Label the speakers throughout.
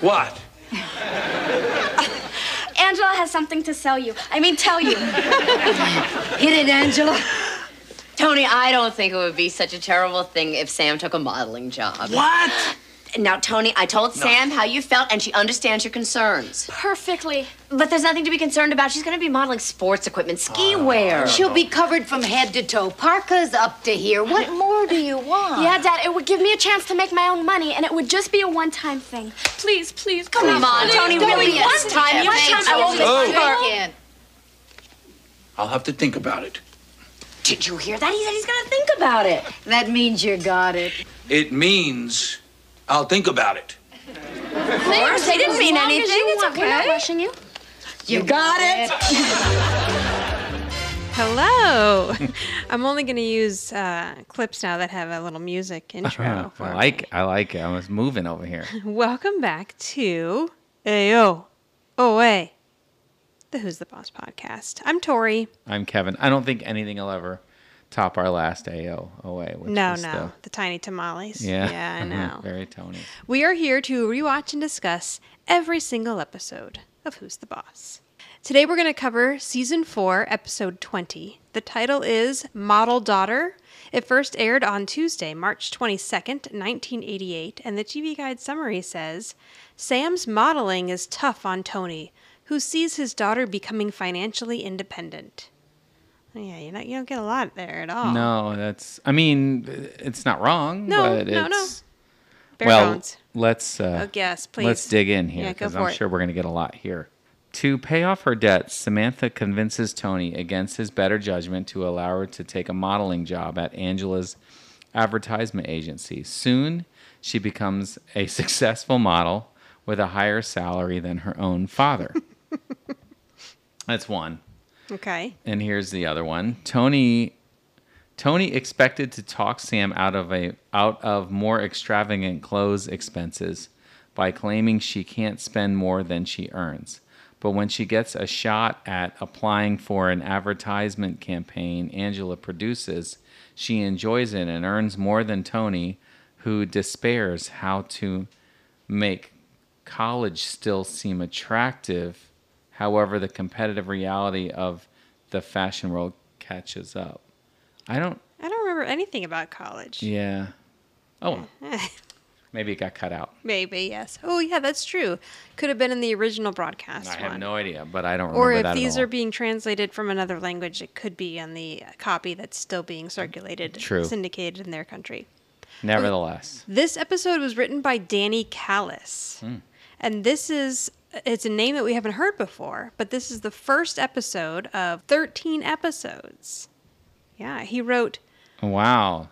Speaker 1: What?
Speaker 2: Angela has something to sell you. I mean, tell you.
Speaker 3: Hit it, Angela. Tony, I don't think it would be such a terrible thing if Sam took a modeling job.
Speaker 1: What?
Speaker 3: Now, Tony, I told Sam how you felt, and she understands your concerns.
Speaker 2: Perfectly.
Speaker 3: But there's nothing to be concerned about. She's going to be modeling sports equipment, ski wear.
Speaker 4: She'll be covered from head to toe. Parka's up to here. What more do you want?
Speaker 2: Yeah, Dad, it would give me a chance to make my own money, and it would just be a one-time thing. Please, please, come
Speaker 3: Come on, Tony, really,
Speaker 4: be a
Speaker 3: one time you
Speaker 4: one
Speaker 3: made
Speaker 4: time
Speaker 3: I won't
Speaker 2: I
Speaker 3: be
Speaker 2: won't
Speaker 1: Oh.
Speaker 4: Parkin.
Speaker 1: I'll have to think about it.
Speaker 3: Did you hear that? He said he's going to think about it.
Speaker 4: That means you got it.
Speaker 1: It means I'll think about it.
Speaker 3: course, they didn't mean anything. It's
Speaker 2: We're not rushing you.
Speaker 4: You got it.
Speaker 5: Hello. I'm only going to use uh, clips now that have a little music intro.
Speaker 6: Huh,
Speaker 5: for
Speaker 6: I
Speaker 5: me.
Speaker 6: like I like it. I was moving over here.
Speaker 5: Welcome back to Ayo. Oh, hey. The Who's the Boss podcast. I'm Tori.
Speaker 6: I'm Kevin. I don't think anything will ever top our last AO away. Which
Speaker 5: No,
Speaker 6: was
Speaker 5: no.
Speaker 6: the-
Speaker 5: The tiny tamales.
Speaker 6: yeah,
Speaker 5: Yeah, I know.
Speaker 6: Very Tony.
Speaker 5: We are here to rewatch and discuss every single episode of Who's the Boss. Today we're going to cover season 4, episode 20. The title is Model Daughter. It first aired on Tuesday, March 22nd, 1988, and the TV Guide summary says Sam's modeling is tough on Tony, who sees his daughter becoming financially independent. Oh, Yeah, you know, you don't get a lot there at all.
Speaker 6: No, that's. I mean, it's not wrong.
Speaker 5: No,
Speaker 6: but
Speaker 5: no, no.
Speaker 6: it's,
Speaker 5: Bare
Speaker 6: well,
Speaker 5: bones.
Speaker 6: let's. Uh,
Speaker 5: Oh, yes, please.
Speaker 6: Let's dig in
Speaker 5: Yeah,
Speaker 6: here
Speaker 5: go
Speaker 6: because
Speaker 5: for
Speaker 6: I'm
Speaker 5: it.
Speaker 6: sure we're going to get a lot here. To pay off her debt, Samantha convinces Tony against his better judgment to allow her to take a modeling job at Angela's advertisement agency. Soon, she becomes a successful model with a higher salary than her own father. That's one.
Speaker 5: Okay.
Speaker 6: And here's the other one. Tony Tony expected to talk Sam out of a out of more extravagant clothes expenses by claiming she can't spend more than she earns. But when she gets a shot at applying for an advertisement campaign Angela produces, she enjoys it and earns more than Tony, who despairs how to make college still seem attractive. However, the competitive reality of the fashion world catches up. I don't.
Speaker 5: I don't remember anything about college.
Speaker 6: Yeah. Oh. Maybe it got cut out.
Speaker 5: Maybe, yes. Oh, yeah, that's true. Could have been in the original broadcast.
Speaker 6: I have
Speaker 5: one.
Speaker 6: no idea, but I don't remember
Speaker 5: Or if
Speaker 6: that
Speaker 5: these
Speaker 6: at all.
Speaker 5: are being translated from another language, it could be on the copy that's still being circulated,
Speaker 6: True.
Speaker 5: syndicated in their country.
Speaker 6: Nevertheless,
Speaker 5: This episode was written by Danny Callis.
Speaker 6: Hmm.
Speaker 5: And this is it's a name that we haven't heard before, but this is the first episode of 13 episodes. Yeah, he wrote
Speaker 6: wow.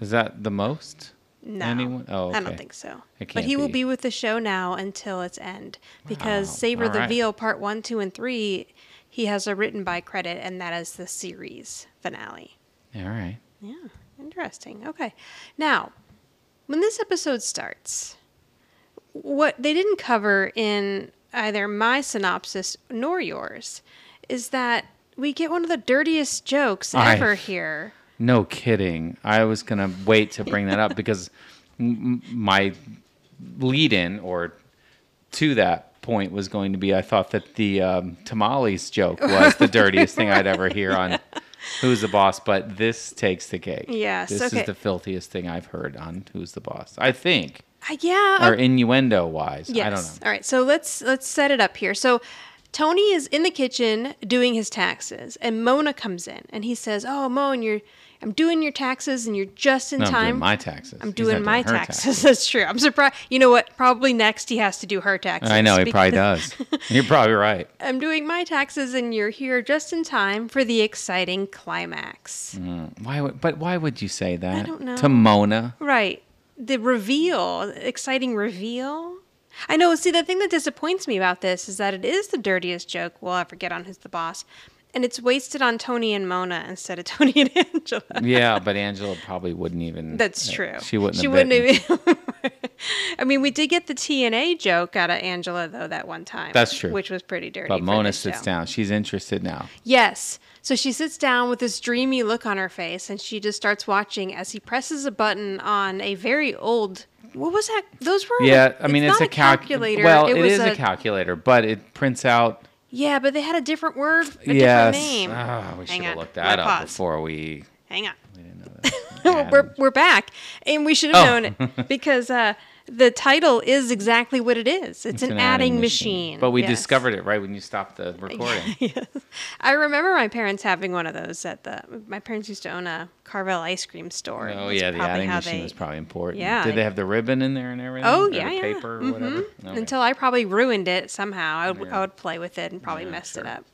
Speaker 6: Is that the most?
Speaker 5: No,
Speaker 6: Anyone? Oh,
Speaker 5: I don't
Speaker 6: okay.
Speaker 5: think so.
Speaker 6: It
Speaker 5: But
Speaker 6: can't
Speaker 5: he will
Speaker 6: be.
Speaker 5: be with the show now until its end because
Speaker 6: Wow,
Speaker 5: Savor
Speaker 6: all
Speaker 5: the
Speaker 6: right.
Speaker 5: Veal Part One, Two, and Three, he has a written by credit, and that is the series finale.
Speaker 6: All right.
Speaker 5: Yeah, interesting. Okay, now when this episode starts, what they didn't cover in either my synopsis nor yours is that we get one of the dirtiest jokes
Speaker 6: I-
Speaker 5: ever here.
Speaker 6: No kidding. I was gonna wait to bring that up because m- m- my lead in or to that point was going to be I thought that the um, tamales joke was the dirtiest thing I'd ever hear on Who's the Boss, but this takes the cake.
Speaker 5: Yes,
Speaker 6: This
Speaker 5: okay.
Speaker 6: is the filthiest thing I've heard on Who's the Boss. I think,
Speaker 5: Uh, yeah,
Speaker 6: or innuendo wise. I don't know.
Speaker 5: All right. So let's let's set it up here. So Tony is in the kitchen doing his taxes, and Mona comes in, and he says, "Oh, Moan, you're I'm doing your taxes, and you're just in
Speaker 6: No,
Speaker 5: time.
Speaker 6: I'm doing my taxes.
Speaker 5: I'm
Speaker 6: He's
Speaker 5: doing
Speaker 6: not
Speaker 5: my
Speaker 6: her
Speaker 5: taxes. That's true. I'm surprised. You know what? Probably next he has to do her taxes.
Speaker 6: I know he probably
Speaker 5: because-
Speaker 6: does. You're probably right.
Speaker 5: I'm doing my taxes, and you're here just in time for the exciting climax.
Speaker 6: Why would? But why would you say that?
Speaker 5: don't know.
Speaker 6: To Mona.
Speaker 5: Right. The reveal, exciting reveal. I know. See, the thing that disappoints me about this is that it is the dirtiest joke we'll ever get on Who's the Boss, and it's wasted on Tony and Mona instead of Tony and Angela.
Speaker 6: yeah, but Angela probably wouldn't even.
Speaker 5: That's
Speaker 6: uh,
Speaker 5: true.
Speaker 6: She wouldn't.
Speaker 5: She
Speaker 6: have
Speaker 5: wouldn't
Speaker 6: bitten.
Speaker 5: have. I mean, we did get the TNA joke out of Angela though that one time.
Speaker 6: That's true.
Speaker 5: Which was pretty dirty.
Speaker 6: But
Speaker 5: for
Speaker 6: Mona
Speaker 5: this
Speaker 6: sits
Speaker 5: show.
Speaker 6: down. She's interested now.
Speaker 5: Yes. So she sits down with this dreamy look on her face and she just starts watching as he presses a button on a very old What was that? Those were
Speaker 6: Yeah, I mean it's,
Speaker 5: not
Speaker 6: a, calc-
Speaker 5: calculator.
Speaker 6: Well,
Speaker 5: it, was
Speaker 6: is a, calculator, but it prints out.
Speaker 5: Yeah, but they had a different word, a
Speaker 6: yes.
Speaker 5: different name.
Speaker 6: Ah, we should have
Speaker 5: on.
Speaker 6: looked that
Speaker 5: Why
Speaker 6: up
Speaker 5: pause?
Speaker 6: before we.
Speaker 5: Hang on.
Speaker 6: We didn't know that.
Speaker 5: Well, we're, we're back and we should have
Speaker 6: Oh.
Speaker 5: known it because uh, the title is exactly what it is it's, an, adding, machine.
Speaker 6: But we
Speaker 5: Yes.
Speaker 6: discovered it right when you stopped the recording.
Speaker 5: Yes. I remember my parents having one of those at the my parents used to own a Carvel ice cream store. and
Speaker 6: oh
Speaker 5: that's
Speaker 6: yeah, the
Speaker 5: probably
Speaker 6: adding
Speaker 5: how
Speaker 6: machine
Speaker 5: they-
Speaker 6: was probably important.
Speaker 5: Yeah,
Speaker 6: Did
Speaker 5: I-
Speaker 6: they have the ribbon in there and everything?
Speaker 5: Oh
Speaker 6: Or
Speaker 5: yeah,
Speaker 6: the
Speaker 5: yeah.
Speaker 6: paper or
Speaker 5: Mhm.
Speaker 6: whatever. Okay.
Speaker 5: Until I probably ruined it somehow. I would, I would play with it and probably
Speaker 6: Yeah,
Speaker 5: messed
Speaker 6: sure.
Speaker 5: it up.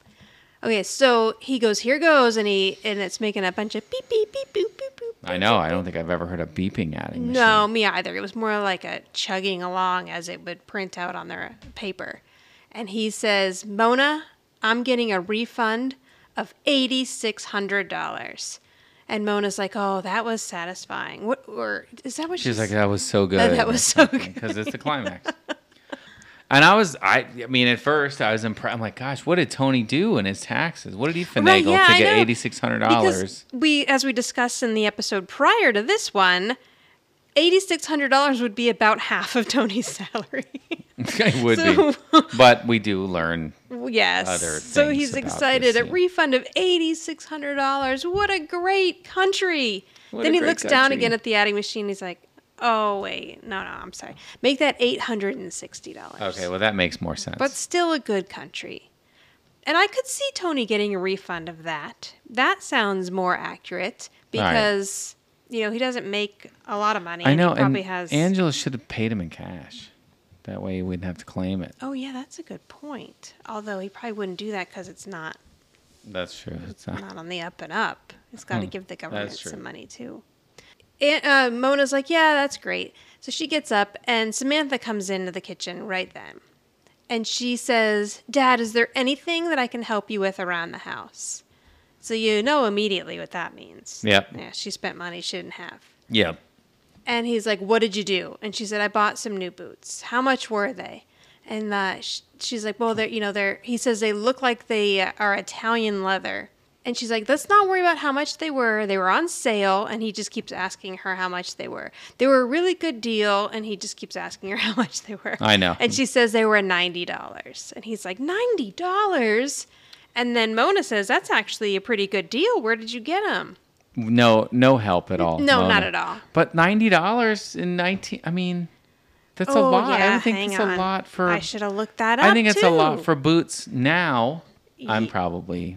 Speaker 5: Okay, so he goes, here goes, and he and it's making a bunch of beep beep beep boop boop boop.
Speaker 6: I know. I don't think I've ever heard a beeping adding machine.
Speaker 5: No, me either. It was more like a chugging along as it would print out on their paper. And he says, Mona, I'm getting a refund of $8,600. And Mona's like, oh, that was satisfying. What, or is that what
Speaker 6: She's like, that was so good.
Speaker 5: that was so good.
Speaker 6: Because it's the climax. and I was, I, I mean, at first I was impressed. I'm like, gosh, what did Tony do in his taxes? What did he finagle
Speaker 5: Right, yeah,
Speaker 6: to
Speaker 5: I
Speaker 6: get
Speaker 5: know.
Speaker 6: eighty six hundred
Speaker 5: Because
Speaker 6: dollars?
Speaker 5: we, as we discussed in the episode prior to this one, $8,600 would be about half of Tony's salary.
Speaker 6: it would
Speaker 5: So-
Speaker 6: be, but we do learn.
Speaker 5: Yes.
Speaker 6: other
Speaker 5: so
Speaker 6: things
Speaker 5: he's
Speaker 6: about this,
Speaker 5: excited. A
Speaker 6: yeah.
Speaker 5: refund of $8,600. What a great country.
Speaker 6: What
Speaker 5: then
Speaker 6: a
Speaker 5: he
Speaker 6: great
Speaker 5: looks down
Speaker 6: country.
Speaker 5: again at the adding machine. He's like, oh, wait. No, no, I'm sorry. Make that $860.
Speaker 6: Okay, well that makes more sense.
Speaker 5: But still a good country. And I could see Tony getting a refund of that. That sounds more accurate
Speaker 6: Right.
Speaker 5: because, you know, he doesn't make a lot of money.
Speaker 6: I
Speaker 5: and
Speaker 6: know,
Speaker 5: He probably
Speaker 6: and
Speaker 5: has.
Speaker 6: Angela should have paid him in cash. That way he wouldn't have to claim it.
Speaker 5: oh, yeah, that's a good point. Although he probably wouldn't do that because it's not
Speaker 6: That's true. It's not-
Speaker 5: not on the up and up. It's got to give the government
Speaker 6: Hmm. true.
Speaker 5: some money too. And, uh, Mona's like, yeah, that's great. So she gets up, and Samantha comes into the kitchen right then. And she says, Dad, is there anything that I can help you with around the house? So you know immediately what that means.
Speaker 6: Yep.
Speaker 5: Yeah, she spent money she didn't have.
Speaker 6: yeah.
Speaker 5: And he's like, "What did you do?" And she said, "I bought some new boots. How much were they?" And uh, sh- she's like, "Well, they're you know they're." He says they look like they uh, are Italian leather. And she's like, "Let's not worry about how much they were. They were on sale." And he just keeps asking her how much they were. They were a really good deal, and he just keeps asking her how much they were.
Speaker 6: I know.
Speaker 5: And she says they were ninety dollars, and he's like, 90 dollars." And then Mona says, "That's actually a pretty good deal. Where did you get them?"
Speaker 6: No, no help at all.
Speaker 5: no,
Speaker 6: Mona.
Speaker 5: not at all.
Speaker 6: But ninety dollars in nineteen. I mean, that's a
Speaker 5: Oh,
Speaker 6: lot. I
Speaker 5: yeah,
Speaker 6: would think
Speaker 5: hang
Speaker 6: it's a
Speaker 5: on.
Speaker 6: lot for.
Speaker 5: I should have looked that up.
Speaker 6: I think it's a lot
Speaker 5: too.
Speaker 6: for boots now. I'm probably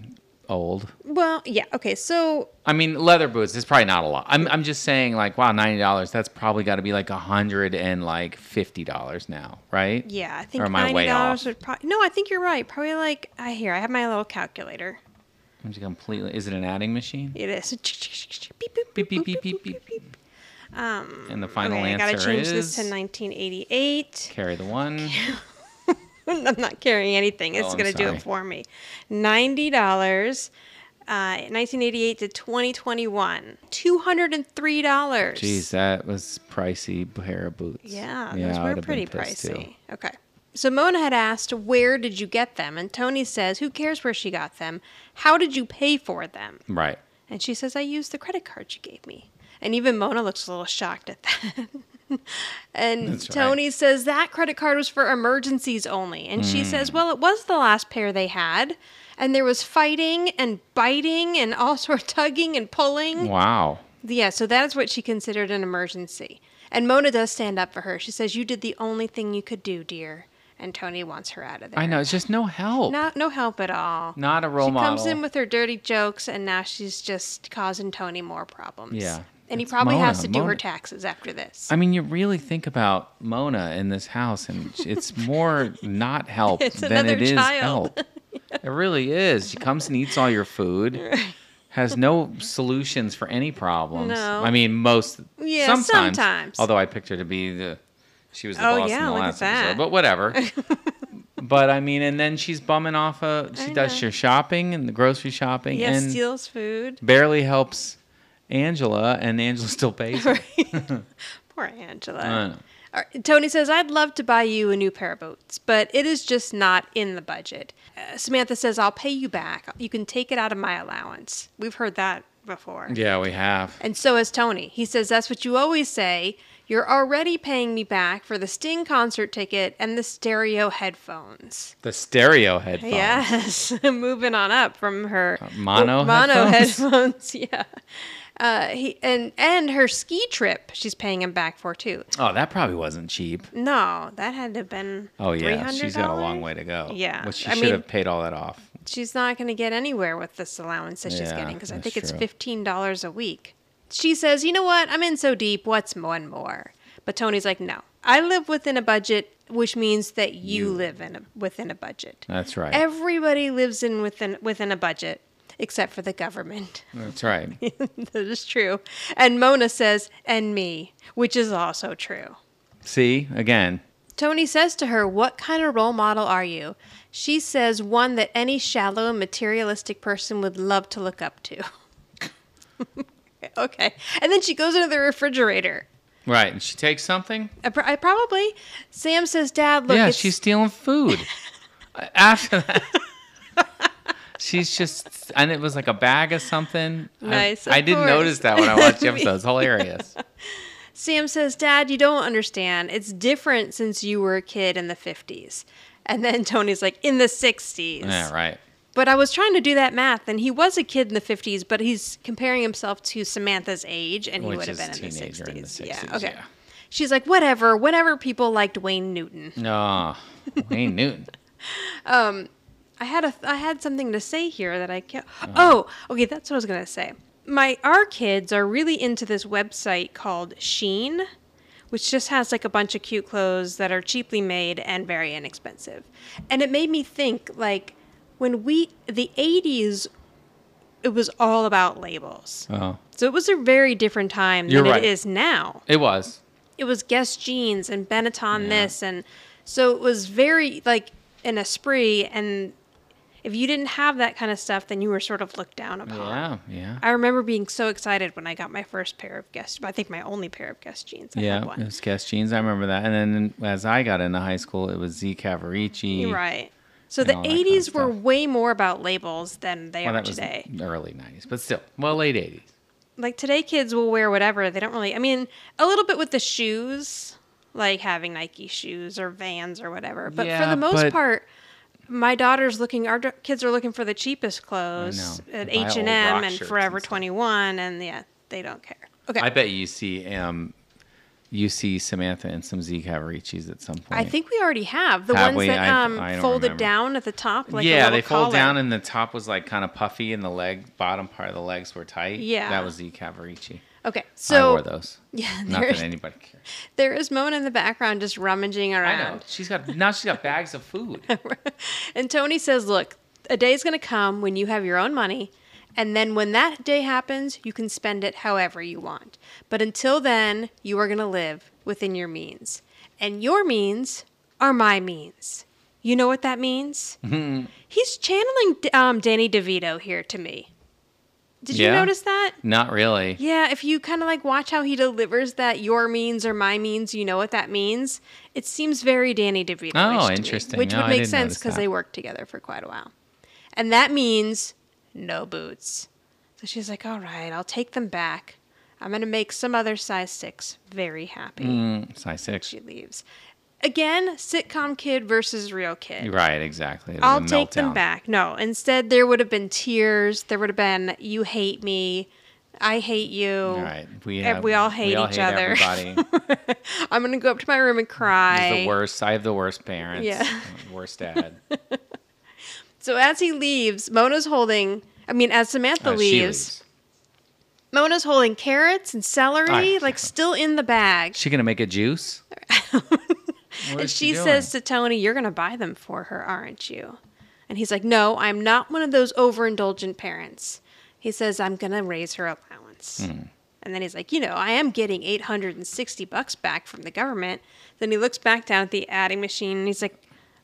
Speaker 6: old.
Speaker 5: Well, yeah. Okay. So
Speaker 6: I mean, leather boots is probably not a lot. I'm I'm just saying, like, wow, ninety dollars. That's probably got to be like a hundred and like fifty dollars now, right?
Speaker 5: yeah, I think
Speaker 6: Or am I
Speaker 5: ninety
Speaker 6: way
Speaker 5: dollars
Speaker 6: off?
Speaker 5: would probably. No, I think you're right. Probably like I here. I have my little calculator.
Speaker 6: I'm just completely. Is it an adding machine?
Speaker 5: It is. Beep, boop,
Speaker 6: Beep
Speaker 5: boop,
Speaker 6: beep beep
Speaker 5: boop,
Speaker 6: beep
Speaker 5: boop,
Speaker 6: beep.
Speaker 5: boop, beop.
Speaker 6: Um, and the final
Speaker 5: Okay, I
Speaker 6: answer
Speaker 5: gotta change
Speaker 6: is
Speaker 5: this to 1988.
Speaker 6: carry the one.
Speaker 5: I'm not carrying anything. It's
Speaker 6: Oh, I'm
Speaker 5: gonna do
Speaker 6: sorry.
Speaker 5: it for me. Ninety dollars. Uh, 1988 to 2021, 203 dollars.
Speaker 6: Jeez, that was pricey pair of boots.
Speaker 5: Yeah,
Speaker 6: I
Speaker 5: those
Speaker 6: would
Speaker 5: were
Speaker 6: have been
Speaker 5: pretty
Speaker 6: pissed, too.
Speaker 5: pricey. Okay. So Mona had asked, "Where did you get them?" And Tony says, "Who cares where she got them? How did you pay for them?"
Speaker 6: Right.
Speaker 5: And she says, "I used the credit card you gave me." And even Mona looks a little shocked at that. and
Speaker 6: That's right.
Speaker 5: Tony says that credit card was for emergencies only. And
Speaker 6: Hmm.
Speaker 5: she says, "Well, it was the last pair they had." And there was fighting and biting and all sort of tugging and pulling.
Speaker 6: Wow.
Speaker 5: Yeah, so that is what she considered an emergency. And Mona does stand up for her. She says, You did the only thing you could do, dear. And Tony wants her out of there.
Speaker 6: I know. It's just no help.
Speaker 5: No, no help at all.
Speaker 6: Not a role
Speaker 5: she
Speaker 6: model.
Speaker 5: comes in with her dirty jokes, and now she's just causing Tony more problems.
Speaker 6: Yeah,
Speaker 5: And he
Speaker 6: it's
Speaker 5: probably
Speaker 6: Mona,
Speaker 5: has to do her
Speaker 6: Mona.
Speaker 5: taxes after this.
Speaker 6: I mean, you really think about Mona in this house, and it's more not help
Speaker 5: It's
Speaker 6: than it
Speaker 5: another
Speaker 6: is
Speaker 5: child.
Speaker 6: help. It really is. She comes and eats all your food, has no solutions for any problems.
Speaker 5: No.
Speaker 6: I mean, most.
Speaker 5: Yeah,
Speaker 6: sometimes,
Speaker 5: sometimes.
Speaker 6: Although I picked her to be the, she was the
Speaker 5: Oh,
Speaker 6: boss in
Speaker 5: yeah,
Speaker 6: the
Speaker 5: look at
Speaker 6: last
Speaker 5: that.
Speaker 6: episode, but whatever. but I mean, and then she's bumming off a. She
Speaker 5: I
Speaker 6: does
Speaker 5: know.
Speaker 6: your shopping and the grocery shopping,
Speaker 5: yeah,
Speaker 6: and
Speaker 5: steals food.
Speaker 6: barely helps Angela, and Angela still pays. her.
Speaker 5: Poor Angela.
Speaker 6: I know.
Speaker 5: All right, Tony says, I'd love to buy you a new pair of boots, but it is just not in the budget. Uh, Samantha says, I'll pay you back. You can take it out of my allowance. We've heard that before.
Speaker 6: Yeah, we have.
Speaker 5: And so has Tony. He says, That's what you always say. You're already paying me back for the Sting concert ticket and the stereo headphones.
Speaker 6: The stereo headphones.
Speaker 5: Yes, moving on up from her
Speaker 6: Uh,
Speaker 5: Oh,
Speaker 6: mono
Speaker 5: mono
Speaker 6: headphones?
Speaker 5: headphones. Yeah, uh, he and and her ski trip she's paying him back for too.
Speaker 6: Oh, that probably wasn't cheap.
Speaker 5: No, that had to have been.
Speaker 6: Oh yeah, she's got a long
Speaker 5: $300?
Speaker 6: way to go.
Speaker 5: Yeah,
Speaker 6: which she
Speaker 5: I
Speaker 6: should
Speaker 5: mean-
Speaker 6: have paid all that off.
Speaker 5: She's not going to get anywhere with this allowance that she's
Speaker 6: Yeah,
Speaker 5: getting because I
Speaker 6: that's
Speaker 5: think it's
Speaker 6: true.
Speaker 5: fifteen dollars a week. She says, "You know what? I'm in so deep. What's one more?" But Tony's like, "No, I live within a budget." Which means that you, live in a, within a budget.
Speaker 6: That's right.
Speaker 5: Everybody lives in within within a budget, except for the government.
Speaker 6: That's right.
Speaker 5: that is true. And Mona says, and me, which is also true.
Speaker 6: See again.
Speaker 5: Tony says to her, What kind of role model are you? She says, One that any shallow and materialistic person would love to look up to. okay. And then she goes into the refrigerator.
Speaker 6: Right, and she takes something.
Speaker 5: I, pr- I probably. Sam says, Dad, look.
Speaker 6: yeah,
Speaker 5: it's-
Speaker 6: she's stealing food. After that, she's just, and it was like a bag of something. I-
Speaker 5: Nice, of
Speaker 6: I, didn't
Speaker 5: course.
Speaker 6: notice that when I watched the episode. It's hilarious.
Speaker 5: Sam says, Dad, you don't understand. It's different since you were a kid in the 50s. And then Tony's like, In the 60s.
Speaker 6: yeah, right.
Speaker 5: But I was trying to do that math, and he was a kid in the 50s, but he's comparing himself to Samantha's age, and he
Speaker 6: Which
Speaker 5: would have
Speaker 6: is
Speaker 5: been in the, 60s.
Speaker 6: teenager in the 60s,
Speaker 5: Yeah, okay.
Speaker 6: yeah.
Speaker 5: She's like, whatever, whenever people liked Wayne Newton.
Speaker 6: No, Wayne Newton.
Speaker 5: I had a I had something to say here that I can't.
Speaker 6: Uh-huh.
Speaker 5: Oh, okay, that's what I was gonna say. My our kids are really into this website called Sheen, which just has like a bunch of cute clothes that are cheaply made and very inexpensive, and it made me think like when we the '80s, it was all about labels.
Speaker 6: Oh,
Speaker 5: So it was a very different time
Speaker 6: You're
Speaker 5: than
Speaker 6: right.
Speaker 5: it is now
Speaker 6: it was.
Speaker 5: it was Guess jeans and Benetton this and so it was very like an esprit and if you didn't have that kind of stuff then you were sort of looked down upon.
Speaker 6: Yeah, yeah,
Speaker 5: I remember being so excited when I got my first pair of Guess I think my only pair of Guess jeans. I
Speaker 6: yeah.
Speaker 5: had
Speaker 6: It
Speaker 5: one.
Speaker 6: was Guess jeans. I remember that. And then as I got into high school, it was Z Cavarici.
Speaker 5: You're right. So
Speaker 6: and
Speaker 5: the
Speaker 6: all that kind of
Speaker 5: 80s were
Speaker 6: stuff.
Speaker 5: way more about labels than they
Speaker 6: Well,
Speaker 5: are
Speaker 6: that was
Speaker 5: today.
Speaker 6: early '90s, but still, well, late '80s.
Speaker 5: like today kids will wear whatever they don't really i mean a little bit with the shoes like having nike shoes or vans or whatever but for
Speaker 6: Yeah,
Speaker 5: the most
Speaker 6: but-
Speaker 5: part my daughter's looking our da- kids are looking for the cheapest clothes
Speaker 6: know.
Speaker 5: at
Speaker 6: They buy old
Speaker 5: h&m
Speaker 6: rock
Speaker 5: and
Speaker 6: shirts and
Speaker 5: forever
Speaker 6: stuff.
Speaker 5: 21 and yeah they don't care okay
Speaker 6: I bet you see um, you see Samantha and some Z Cavaricis at some point.
Speaker 5: I think we already have the
Speaker 6: Have
Speaker 5: ones
Speaker 6: we?
Speaker 5: that
Speaker 6: I-
Speaker 5: um,
Speaker 6: I don't
Speaker 5: folded
Speaker 6: remember.
Speaker 5: down at the top. Like a
Speaker 6: yeah,
Speaker 5: little
Speaker 6: they fold
Speaker 5: collar.
Speaker 6: down and the top was like kind of puffy and the leg bottom part of the legs were tight.
Speaker 5: Yeah.
Speaker 6: that was the Cavarici.
Speaker 5: okay,
Speaker 6: I
Speaker 5: so
Speaker 6: wore those.
Speaker 5: yeah,
Speaker 6: Not
Speaker 5: there's
Speaker 6: that anybody cares.
Speaker 5: there is Mona in the background just rummaging
Speaker 6: I
Speaker 5: around.
Speaker 6: know. She's got now she's got bags of food.
Speaker 5: And Tony says, Look, a day's going to come when you have your own money. And then when that day happens, you can spend it however you want. But until then, you are going to live within your means. And your means are my means. You know what that means? He's channeling um, Danny DeVito here to me. Did you
Speaker 6: Yeah.
Speaker 5: notice that?
Speaker 6: Not really.
Speaker 5: Yeah, if you kind of like watch how he delivers that your means or my means, you know what that means. It seems very Danny DeVito.
Speaker 6: Oh, interesting.
Speaker 5: which
Speaker 6: No,
Speaker 5: would
Speaker 6: I
Speaker 5: make
Speaker 6: didn't
Speaker 5: sense
Speaker 6: notice
Speaker 5: because
Speaker 6: that.
Speaker 5: they worked together for quite a while. And that means no boots. So she's like, all right, I'll take them back. I'm going to make some other size six very happy.
Speaker 6: Mm, size six.
Speaker 5: She leaves. Again, sitcom kid versus real kid.
Speaker 6: Right, exactly. It was
Speaker 5: I'll
Speaker 6: a
Speaker 5: take them
Speaker 6: meltdown.
Speaker 5: back. No, instead, there would have been tears. There would have been, you hate me. I hate you.
Speaker 6: All right. We,
Speaker 5: Ev-
Speaker 6: have,
Speaker 5: we all hate each other.
Speaker 6: Everybody.
Speaker 5: I'm gonna go up to my room and cry.
Speaker 6: He's the worst. I have the worst parents.
Speaker 5: Yeah.
Speaker 6: Worst dad.
Speaker 5: So as he leaves, Mona's holding. I mean, as Samantha
Speaker 6: Uh,
Speaker 5: leaves,
Speaker 6: she leaves.
Speaker 5: Mona's holding carrots and celery,
Speaker 6: I-
Speaker 5: like still in the bag.
Speaker 6: She gonna make a juice? What
Speaker 5: and
Speaker 6: is
Speaker 5: she,
Speaker 6: doing?
Speaker 5: says to Tony, "You're gonna buy them for her, aren't you?" And he's like, "No, I'm not one of those overindulgent parents." He says, "I'm gonna raise her allowance."
Speaker 6: Hmm.
Speaker 5: And then he's like, "You know, I am getting 860 bucks back from the government." Then he looks back down at the adding machine and he's like,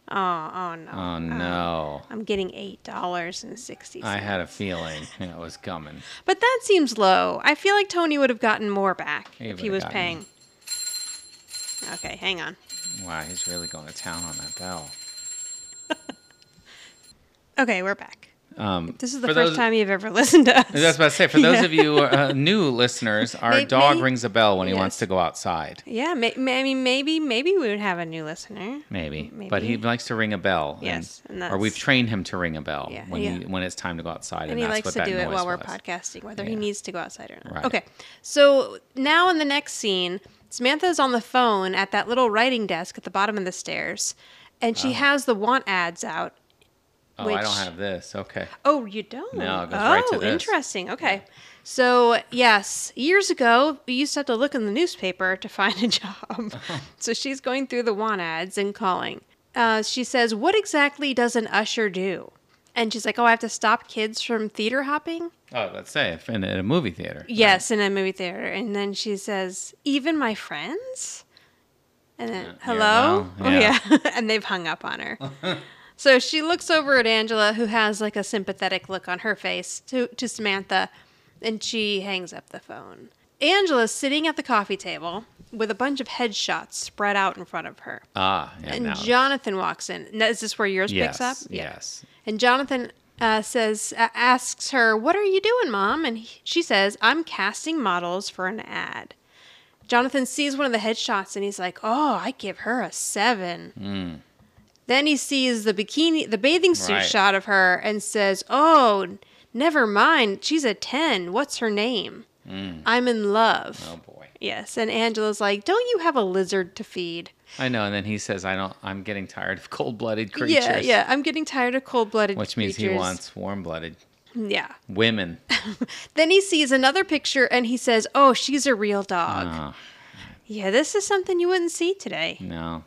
Speaker 5: "Oh, oh no."
Speaker 6: Oh no.
Speaker 5: I'm getting eight dollars and sixty
Speaker 6: I
Speaker 5: cents.
Speaker 6: had a feeling it was coming.
Speaker 5: But that seems low. I feel like Tony would have gotten more back
Speaker 6: He
Speaker 5: if he
Speaker 6: would've
Speaker 5: was
Speaker 6: gotten-
Speaker 5: paying. Okay, hang on.
Speaker 6: Wow, he's really going to town on that bell.
Speaker 5: Okay, we're back. This is the
Speaker 6: Um, For
Speaker 5: first
Speaker 6: those-
Speaker 5: time you've ever listened to us.
Speaker 6: That's what I say. For those of you uh, new listeners, our
Speaker 5: May-
Speaker 6: dog
Speaker 5: may-
Speaker 6: rings a bell when he wants
Speaker 5: Yes.
Speaker 6: to go outside.
Speaker 5: yeah, may, may, I mean, maybe maybe we would have a new listener.
Speaker 6: Maybe. but he likes to ring a bell. and-
Speaker 5: Yes, and
Speaker 6: or we've
Speaker 5: that's-
Speaker 6: trained him to ring a bell
Speaker 5: Yeah,
Speaker 6: when
Speaker 5: yeah.
Speaker 6: he, when it's time to go outside, and,
Speaker 5: And he
Speaker 6: that's
Speaker 5: likes
Speaker 6: what
Speaker 5: to
Speaker 6: that
Speaker 5: do it
Speaker 6: noise
Speaker 5: while we're
Speaker 6: was.
Speaker 5: podcasting, whether
Speaker 6: Yeah.
Speaker 5: he needs to go outside or not.
Speaker 6: Right.
Speaker 5: Okay. So now in the next scene, Samantha's on the phone at that little writing desk at the bottom of the stairs, and she has the want ads out.
Speaker 6: Oh, I don't
Speaker 5: which-
Speaker 6: have this. Okay.
Speaker 5: Oh, you don't?
Speaker 6: No, it goes
Speaker 5: oh,
Speaker 6: right to this.
Speaker 5: interesting. Okay. So, yes, years ago, we used to have to look in the newspaper to find a job. so she's going through the want ads and calling. Uh, she says, What exactly does an usher do? And she's like, Oh, I have to stop kids from theater hopping?
Speaker 6: Oh, let's say if in, in a movie theater.
Speaker 5: Yes, in a movie theater. And then she says, Even my friends? And then,
Speaker 6: Yeah,
Speaker 5: hello?
Speaker 6: well, yeah.
Speaker 5: Oh, yeah. and they've hung up on her. so she looks over at Angela, who has like a sympathetic look on her face, to, to Samantha, and she hangs up the phone. Angela's sitting at the coffee table with a bunch of headshots spread out in front of her.
Speaker 6: Ah, yeah,
Speaker 5: And
Speaker 6: now-
Speaker 5: Jonathan walks in. Now, Is this where yours
Speaker 6: yes,
Speaker 5: picks up?
Speaker 6: Yes.
Speaker 5: And Jonathan uh, says, uh, asks her, "What are you doing, mom?" And he, she says, "I'm casting models for an ad." Jonathan sees one of the headshots and he's like, "Oh, I give her a seven. Then he sees the bikini, the bathing suit
Speaker 6: Hmm. Right.
Speaker 5: shot of her, and says, "Oh, n- never mind. She's a ten. What's her name? I'm in love."
Speaker 6: Hmm. Oh boy.
Speaker 5: Yes, and Angela's like, "Don't you have a lizard to feed?"
Speaker 6: I know. And then he says, "I don't. I'm getting tired of cold-blooded creatures."
Speaker 5: Yeah, yeah. I'm getting tired of cold-blooded.
Speaker 6: Which means he
Speaker 5: creatures."
Speaker 6: wants warm-blooded
Speaker 5: Yeah.
Speaker 6: women.
Speaker 5: Then he sees another picture and he says, Oh, she's a real dog.
Speaker 6: Oh,
Speaker 5: Yeah, this is something you wouldn't see today.
Speaker 6: no.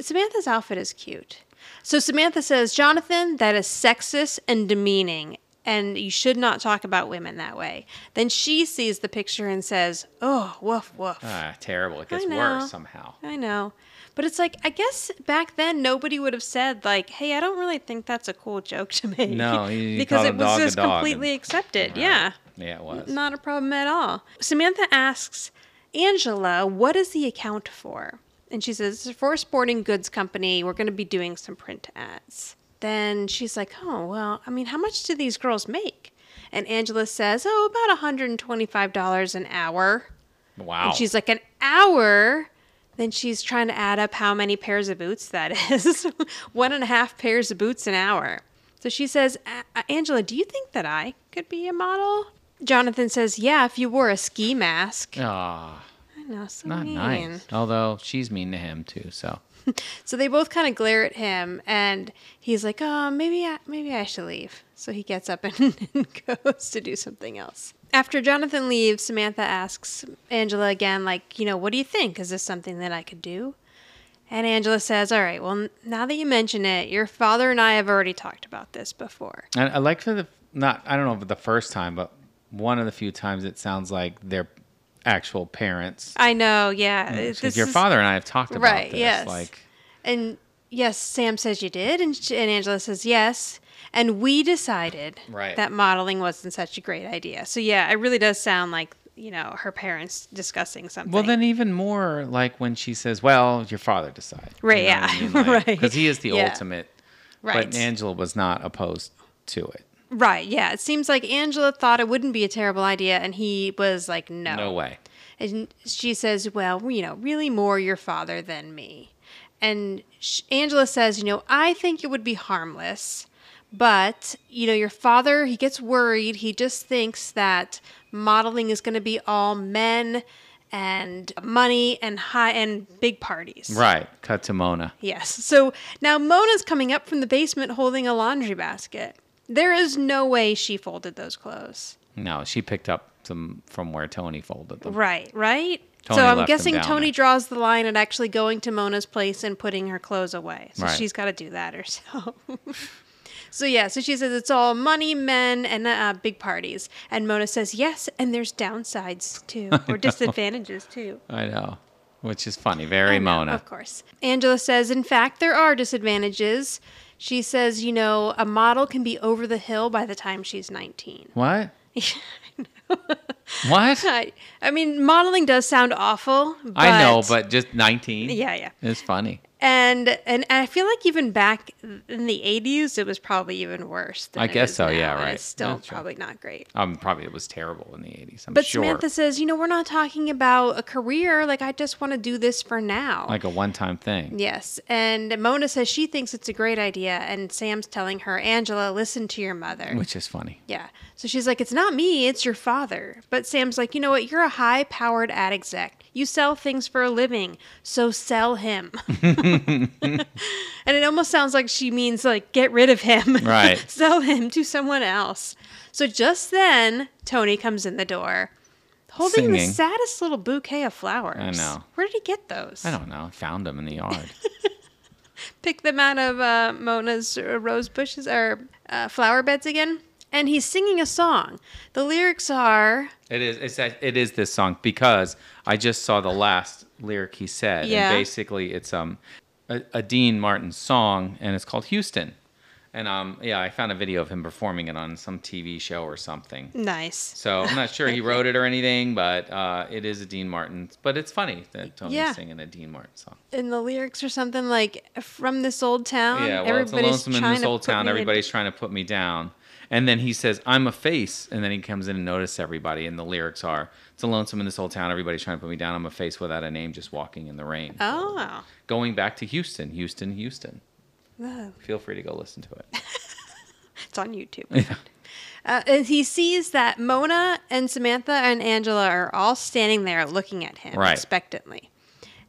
Speaker 5: Samantha's outfit is cute. So Samantha says, Jonathan, that is sexist and demeaning, and you should not talk about women that way. Then she sees the picture and says, Oh, woof, woof.
Speaker 6: Ah, terrible. It gets
Speaker 5: know.
Speaker 6: worse somehow.
Speaker 5: I know. But it's like, I guess back then nobody would have said, like, hey, I don't really think that's a cool joke to make.
Speaker 6: No, you- you
Speaker 5: because
Speaker 6: call a
Speaker 5: it was
Speaker 6: dog a
Speaker 5: just
Speaker 6: dog and-
Speaker 5: completely accepted. Yeah.
Speaker 6: Yeah, it was.
Speaker 5: Not a problem at all. Samantha asks Angela, what is the account for? And she says, it's for a sporting goods company. We're going to be doing some print ads. Then she's like, oh, well, I mean, how much do these girls make? And Angela says, oh, about $125 an hour.
Speaker 6: Wow.
Speaker 5: And she's like, an hour? Then she's trying to add up how many pairs of boots that is. One and a half pairs of boots an hour. So she says, "A- uh, Angela, do you think that I could be a model? Jonathan says, Yeah, if you wore a ski mask.
Speaker 6: Ah,
Speaker 5: I know, so
Speaker 6: not
Speaker 5: mean.
Speaker 6: nice. Although she's mean to him too. So
Speaker 5: So they both kind of glare at him, and he's like, "Oh, maybe, I, maybe I should leave." So he gets up and, and goes to do something else. After Jonathan leaves, Samantha asks Angela again, like, "You know, what do you think? Is this something that I could do?" And Angela says, "All right, well, n- now that you mention it, your father and I have already talked about this before."
Speaker 6: I, I like for the not. I don't know if the first time, but one of the few times it sounds like they're actual parents.
Speaker 5: I know, yeah.
Speaker 6: It's
Speaker 5: it- Uh,
Speaker 6: like,
Speaker 5: this
Speaker 6: your
Speaker 5: is-
Speaker 6: father and I have talked about
Speaker 5: Right,
Speaker 6: this.
Speaker 5: yes.
Speaker 6: Like,
Speaker 5: And yes, Sam says you did, and, sh- and Angela says yes. And we decided
Speaker 6: Right.
Speaker 5: that modeling wasn't such a great idea. So yeah, it really does sound like you know her parents discussing something.
Speaker 6: well, then even more like when she says, "Well, your father decides."
Speaker 5: Right, yeah. Right.
Speaker 6: Because he is the
Speaker 5: Yeah.
Speaker 6: ultimate.
Speaker 5: right,
Speaker 6: But Angela was not opposed to it.
Speaker 5: right, yeah. It seems like Angela thought it wouldn't be a terrible idea, and he was like, no,
Speaker 6: No way.
Speaker 5: And she says, Well, you know, really more your father than me. And sh- Angela says, You know, I think it would be harmless, but, you know, your father, he gets worried. He just thinks that modeling is going to be all men and money and high and big parties.
Speaker 6: Right. Cut to Mona.
Speaker 5: Yes. So now Mona's coming up from the basement holding a laundry basket. There is no way she folded those clothes.
Speaker 6: No, she picked up some from where Tony folded them.
Speaker 5: Right, right.
Speaker 6: Tony
Speaker 5: so
Speaker 6: left them
Speaker 5: I'm guessing
Speaker 6: down
Speaker 5: Tony
Speaker 6: there.
Speaker 5: draws the line at actually going to Mona's place and putting her clothes away. So
Speaker 6: Right.
Speaker 5: she's got to do that herself. so yeah, so she says it's all money, men, and uh, big parties. And Mona says yes, and there's downsides too, or disadvantages too.
Speaker 6: I know. Which is funny. Very
Speaker 5: No,
Speaker 6: Mona.
Speaker 5: Of course. Angela says, in fact, there are disadvantages. She says, you know, a model can be over the hill by the time she's 19.
Speaker 6: What? what?
Speaker 5: I, I mean, modeling does sound awful. But
Speaker 6: I know, but just 19.
Speaker 5: Yeah, yeah.
Speaker 6: It's funny.
Speaker 5: And and I feel like even back in the 80s, it was probably even worse. Than
Speaker 6: I
Speaker 5: it
Speaker 6: guess
Speaker 5: is
Speaker 6: so,
Speaker 5: now,
Speaker 6: yeah,
Speaker 5: and
Speaker 6: right.
Speaker 5: It's still
Speaker 6: That's right.
Speaker 5: probably not great.
Speaker 6: Um, probably it was terrible in the 80s. I'm
Speaker 5: But
Speaker 6: sure.
Speaker 5: Samantha says, you know, we're not talking about a career. Like, I just want to do this for now.
Speaker 6: like a one-time thing.
Speaker 5: yes. And Mona says she thinks it's a great idea. And Sam's telling her, Angela, listen to your mother.
Speaker 6: Which is funny.
Speaker 5: yeah. So she's like, it's not me, it's your father. But Sam's like, you know what? You're a high powered ad exec. You sell things for a living. So sell him. and it almost sounds like she means, like, get rid of him.
Speaker 6: Right.
Speaker 5: sell him to someone else. So just then, Tony comes in the door holding
Speaker 6: Singing.
Speaker 5: the saddest little bouquet of flowers.
Speaker 6: I know.
Speaker 5: Where did he get those?
Speaker 6: I don't know. I found them in the yard.
Speaker 5: Pick them out of uh, Mona's uh, rose bushes or uh, flower beds again. And he's singing a song. The lyrics are
Speaker 6: It is. It's that. It is this song because I just saw the last lyric he said,
Speaker 5: Yeah.
Speaker 6: and basically it's um a, a Dean Martin song, and it's called Houston, and um yeah, I found a video of him performing it on some TV show or something.
Speaker 5: nice.
Speaker 6: So I'm not sure he wrote it or anything, but uh, it is a Dean Martin. But it's funny that Tony's
Speaker 5: Yeah.
Speaker 6: singing a Dean Martin song.
Speaker 5: And the lyrics are something like from this old town.
Speaker 6: yeah, well, it's lonesome in
Speaker 5: Um, trying
Speaker 6: this
Speaker 5: to
Speaker 6: old
Speaker 5: put
Speaker 6: town.
Speaker 5: me in-
Speaker 6: Everybody's trying to put me down. And then he says, I'm a face. And then he comes in and notices everybody. And the lyrics are, It's a lonesome in this old town. Everybody's trying to put me down. I'm a face without a name, just walking in the rain.
Speaker 5: Oh.
Speaker 6: Going back to Houston, Houston, Houston.
Speaker 5: Oh.
Speaker 6: Feel free to go listen to it.
Speaker 5: It's on YouTube. Uh, and he sees that Mona and Samantha and Angela are all standing there looking at him
Speaker 6: Right.
Speaker 5: expectantly.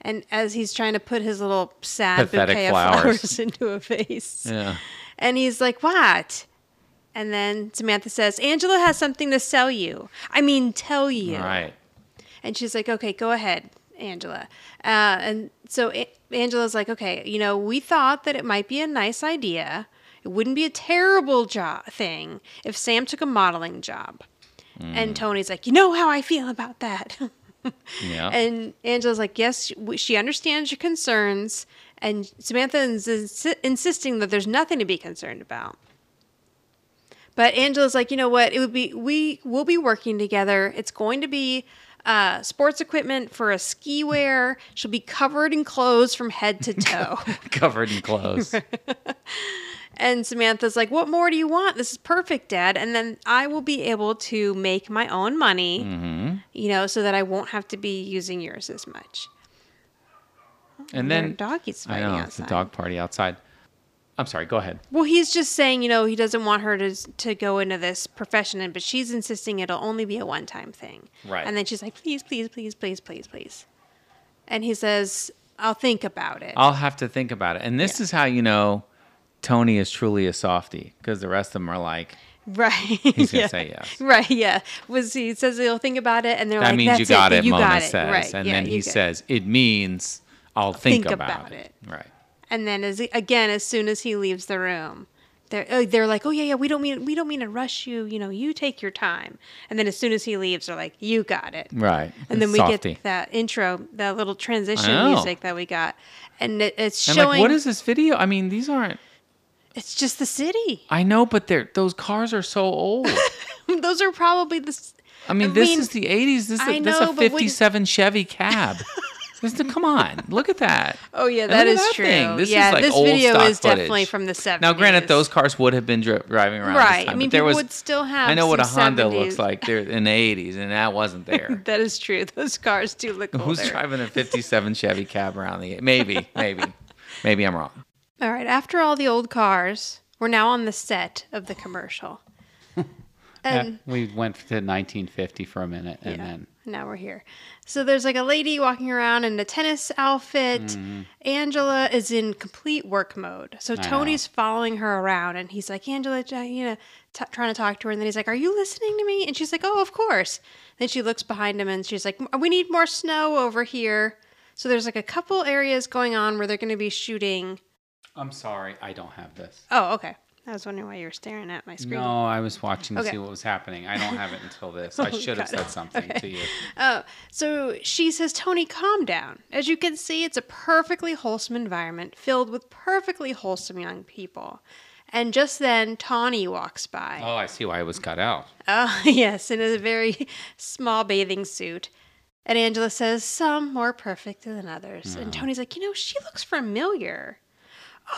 Speaker 5: And as he's trying to put his little sad
Speaker 6: Pathetic
Speaker 5: bouquet
Speaker 6: flowers.
Speaker 5: of flowers into a vase.
Speaker 6: Yeah.
Speaker 5: And he's like, What? And then Samantha says, Angela has something to sell you. I mean, tell you.
Speaker 6: All right.
Speaker 5: And she's like, okay, go ahead, Angela. Uh, and so A- Angela's like, okay, you know, we thought that it might be a nice idea. It wouldn't be a terrible job thing if Sam took a modeling job. And Tony's like, you know how I feel about that.
Speaker 6: Yeah.
Speaker 5: And Angela's like, yes, w- she understands your concerns. And Samantha is insi- insisting that there's nothing to be concerned about. But Angela's like, you know what? It would be we will be working together. It's going to be uh, sports equipment for a ski wear. She'll be covered in clothes from head to toe.
Speaker 6: Covered in clothes.
Speaker 5: and Samantha's like, what more do you want? This is perfect, Dad. And then I will be able to make my own money, you know, so that I won't have to be using yours as much.
Speaker 6: And
Speaker 5: Their
Speaker 6: then,
Speaker 5: doggies
Speaker 6: I
Speaker 5: fighting
Speaker 6: know, it's a
Speaker 5: outside.
Speaker 6: dog party outside. I'm sorry, go ahead.
Speaker 5: Well, he's just saying, you know, he doesn't want her to to go into this profession, and but she's insisting it'll only be a one time thing.
Speaker 6: Right.
Speaker 5: And then she's like, please, please, please, please, please, please. And he says, I'll think about it.
Speaker 6: I'll have to think about it. And this is how you know Tony is truly a softie because the rest of them are like,
Speaker 5: right.
Speaker 6: He's gonna
Speaker 5: yeah.
Speaker 6: say yes.
Speaker 5: Right. Yeah. Was he says he'll think about it, and they're
Speaker 6: That
Speaker 5: like,
Speaker 6: means
Speaker 5: That's
Speaker 6: you got it,
Speaker 5: You
Speaker 6: Mona
Speaker 5: got it.
Speaker 6: says.
Speaker 5: Right.
Speaker 6: And
Speaker 5: yeah,
Speaker 6: then
Speaker 5: you
Speaker 6: he
Speaker 5: got it."
Speaker 6: says, it means I'll think, about, it. Right.
Speaker 5: and then as again, as soon as he leaves the room. They're, oh, they're like, oh yeah, yeah. We don't mean we don't mean to rush you. You know, you take your time. And then as soon as he leaves, they're like, you got it.
Speaker 6: Right.
Speaker 5: and then we
Speaker 6: Softy.
Speaker 5: get that intro, that little transition
Speaker 6: know.
Speaker 5: music that we got, and it, it's
Speaker 6: And
Speaker 5: showing.
Speaker 6: like, what is this video? I mean, these aren't,
Speaker 5: It's just the city.
Speaker 6: I know, but they're, those cars are so old.
Speaker 5: Those are probably the. s-
Speaker 6: I mean, this is the 80s. This,
Speaker 5: I
Speaker 6: is this is
Speaker 5: know,
Speaker 6: a
Speaker 5: but when-
Speaker 6: 57 Chevy cab. This is- come on, look at that.
Speaker 5: Oh yeah,
Speaker 6: And
Speaker 5: that
Speaker 6: look at
Speaker 5: is true.
Speaker 6: thing. This
Speaker 5: yeah,
Speaker 6: is like
Speaker 5: this
Speaker 6: old
Speaker 5: video
Speaker 6: stock
Speaker 5: is definitely
Speaker 6: footage.
Speaker 5: from the seventies.
Speaker 6: Now, granted, those cars would have been dri- driving around. this
Speaker 5: Right. I
Speaker 6: time,
Speaker 5: mean,
Speaker 6: but there
Speaker 5: people
Speaker 6: was,
Speaker 5: would still have
Speaker 6: I know what a
Speaker 5: some
Speaker 6: Honda
Speaker 5: 70s.
Speaker 6: looks like there in the 80s, and that wasn't there.
Speaker 5: That is true. Those cars do look older.
Speaker 6: Who's driving a 57 Chevy cab around the maybe, maybe, maybe I'm wrong.
Speaker 5: All right. After all the old cars, we're now on the set of the commercial,
Speaker 7: Yeah,
Speaker 5: and
Speaker 7: we went to 1950 for a minute, and then
Speaker 5: now we're here. So there's like a lady walking around in a tennis outfit.
Speaker 7: Mm-hmm.
Speaker 5: Angela is in complete work mode. So Tony's following her around and he's like, Angela, j- you know, t- trying to talk to her. And then he's like, Are you listening to me? And she's like, Oh, of course. Then she looks behind him and she's like, "M- We need more snow over here. So there's like a couple areas going on where they're going to be shooting.
Speaker 7: I'm sorry, I don't have this.
Speaker 5: Oh, okay. I was wondering why you were staring at my screen.
Speaker 7: No, I was watching to
Speaker 5: Okay. Oh,
Speaker 7: see what was happening. I don't have it until this. I should have said something to you.
Speaker 5: So she says, Tony, calm down. As you can see, it's a perfectly wholesome environment filled with perfectly wholesome young people. And just then, Tawny walks by. Uh,
Speaker 7: Oh, I see why it was cut out.
Speaker 5: Oh, yes, in a very small bathing suit. And Angela says, some more perfect than others. And Tony's like, you know, she looks familiar.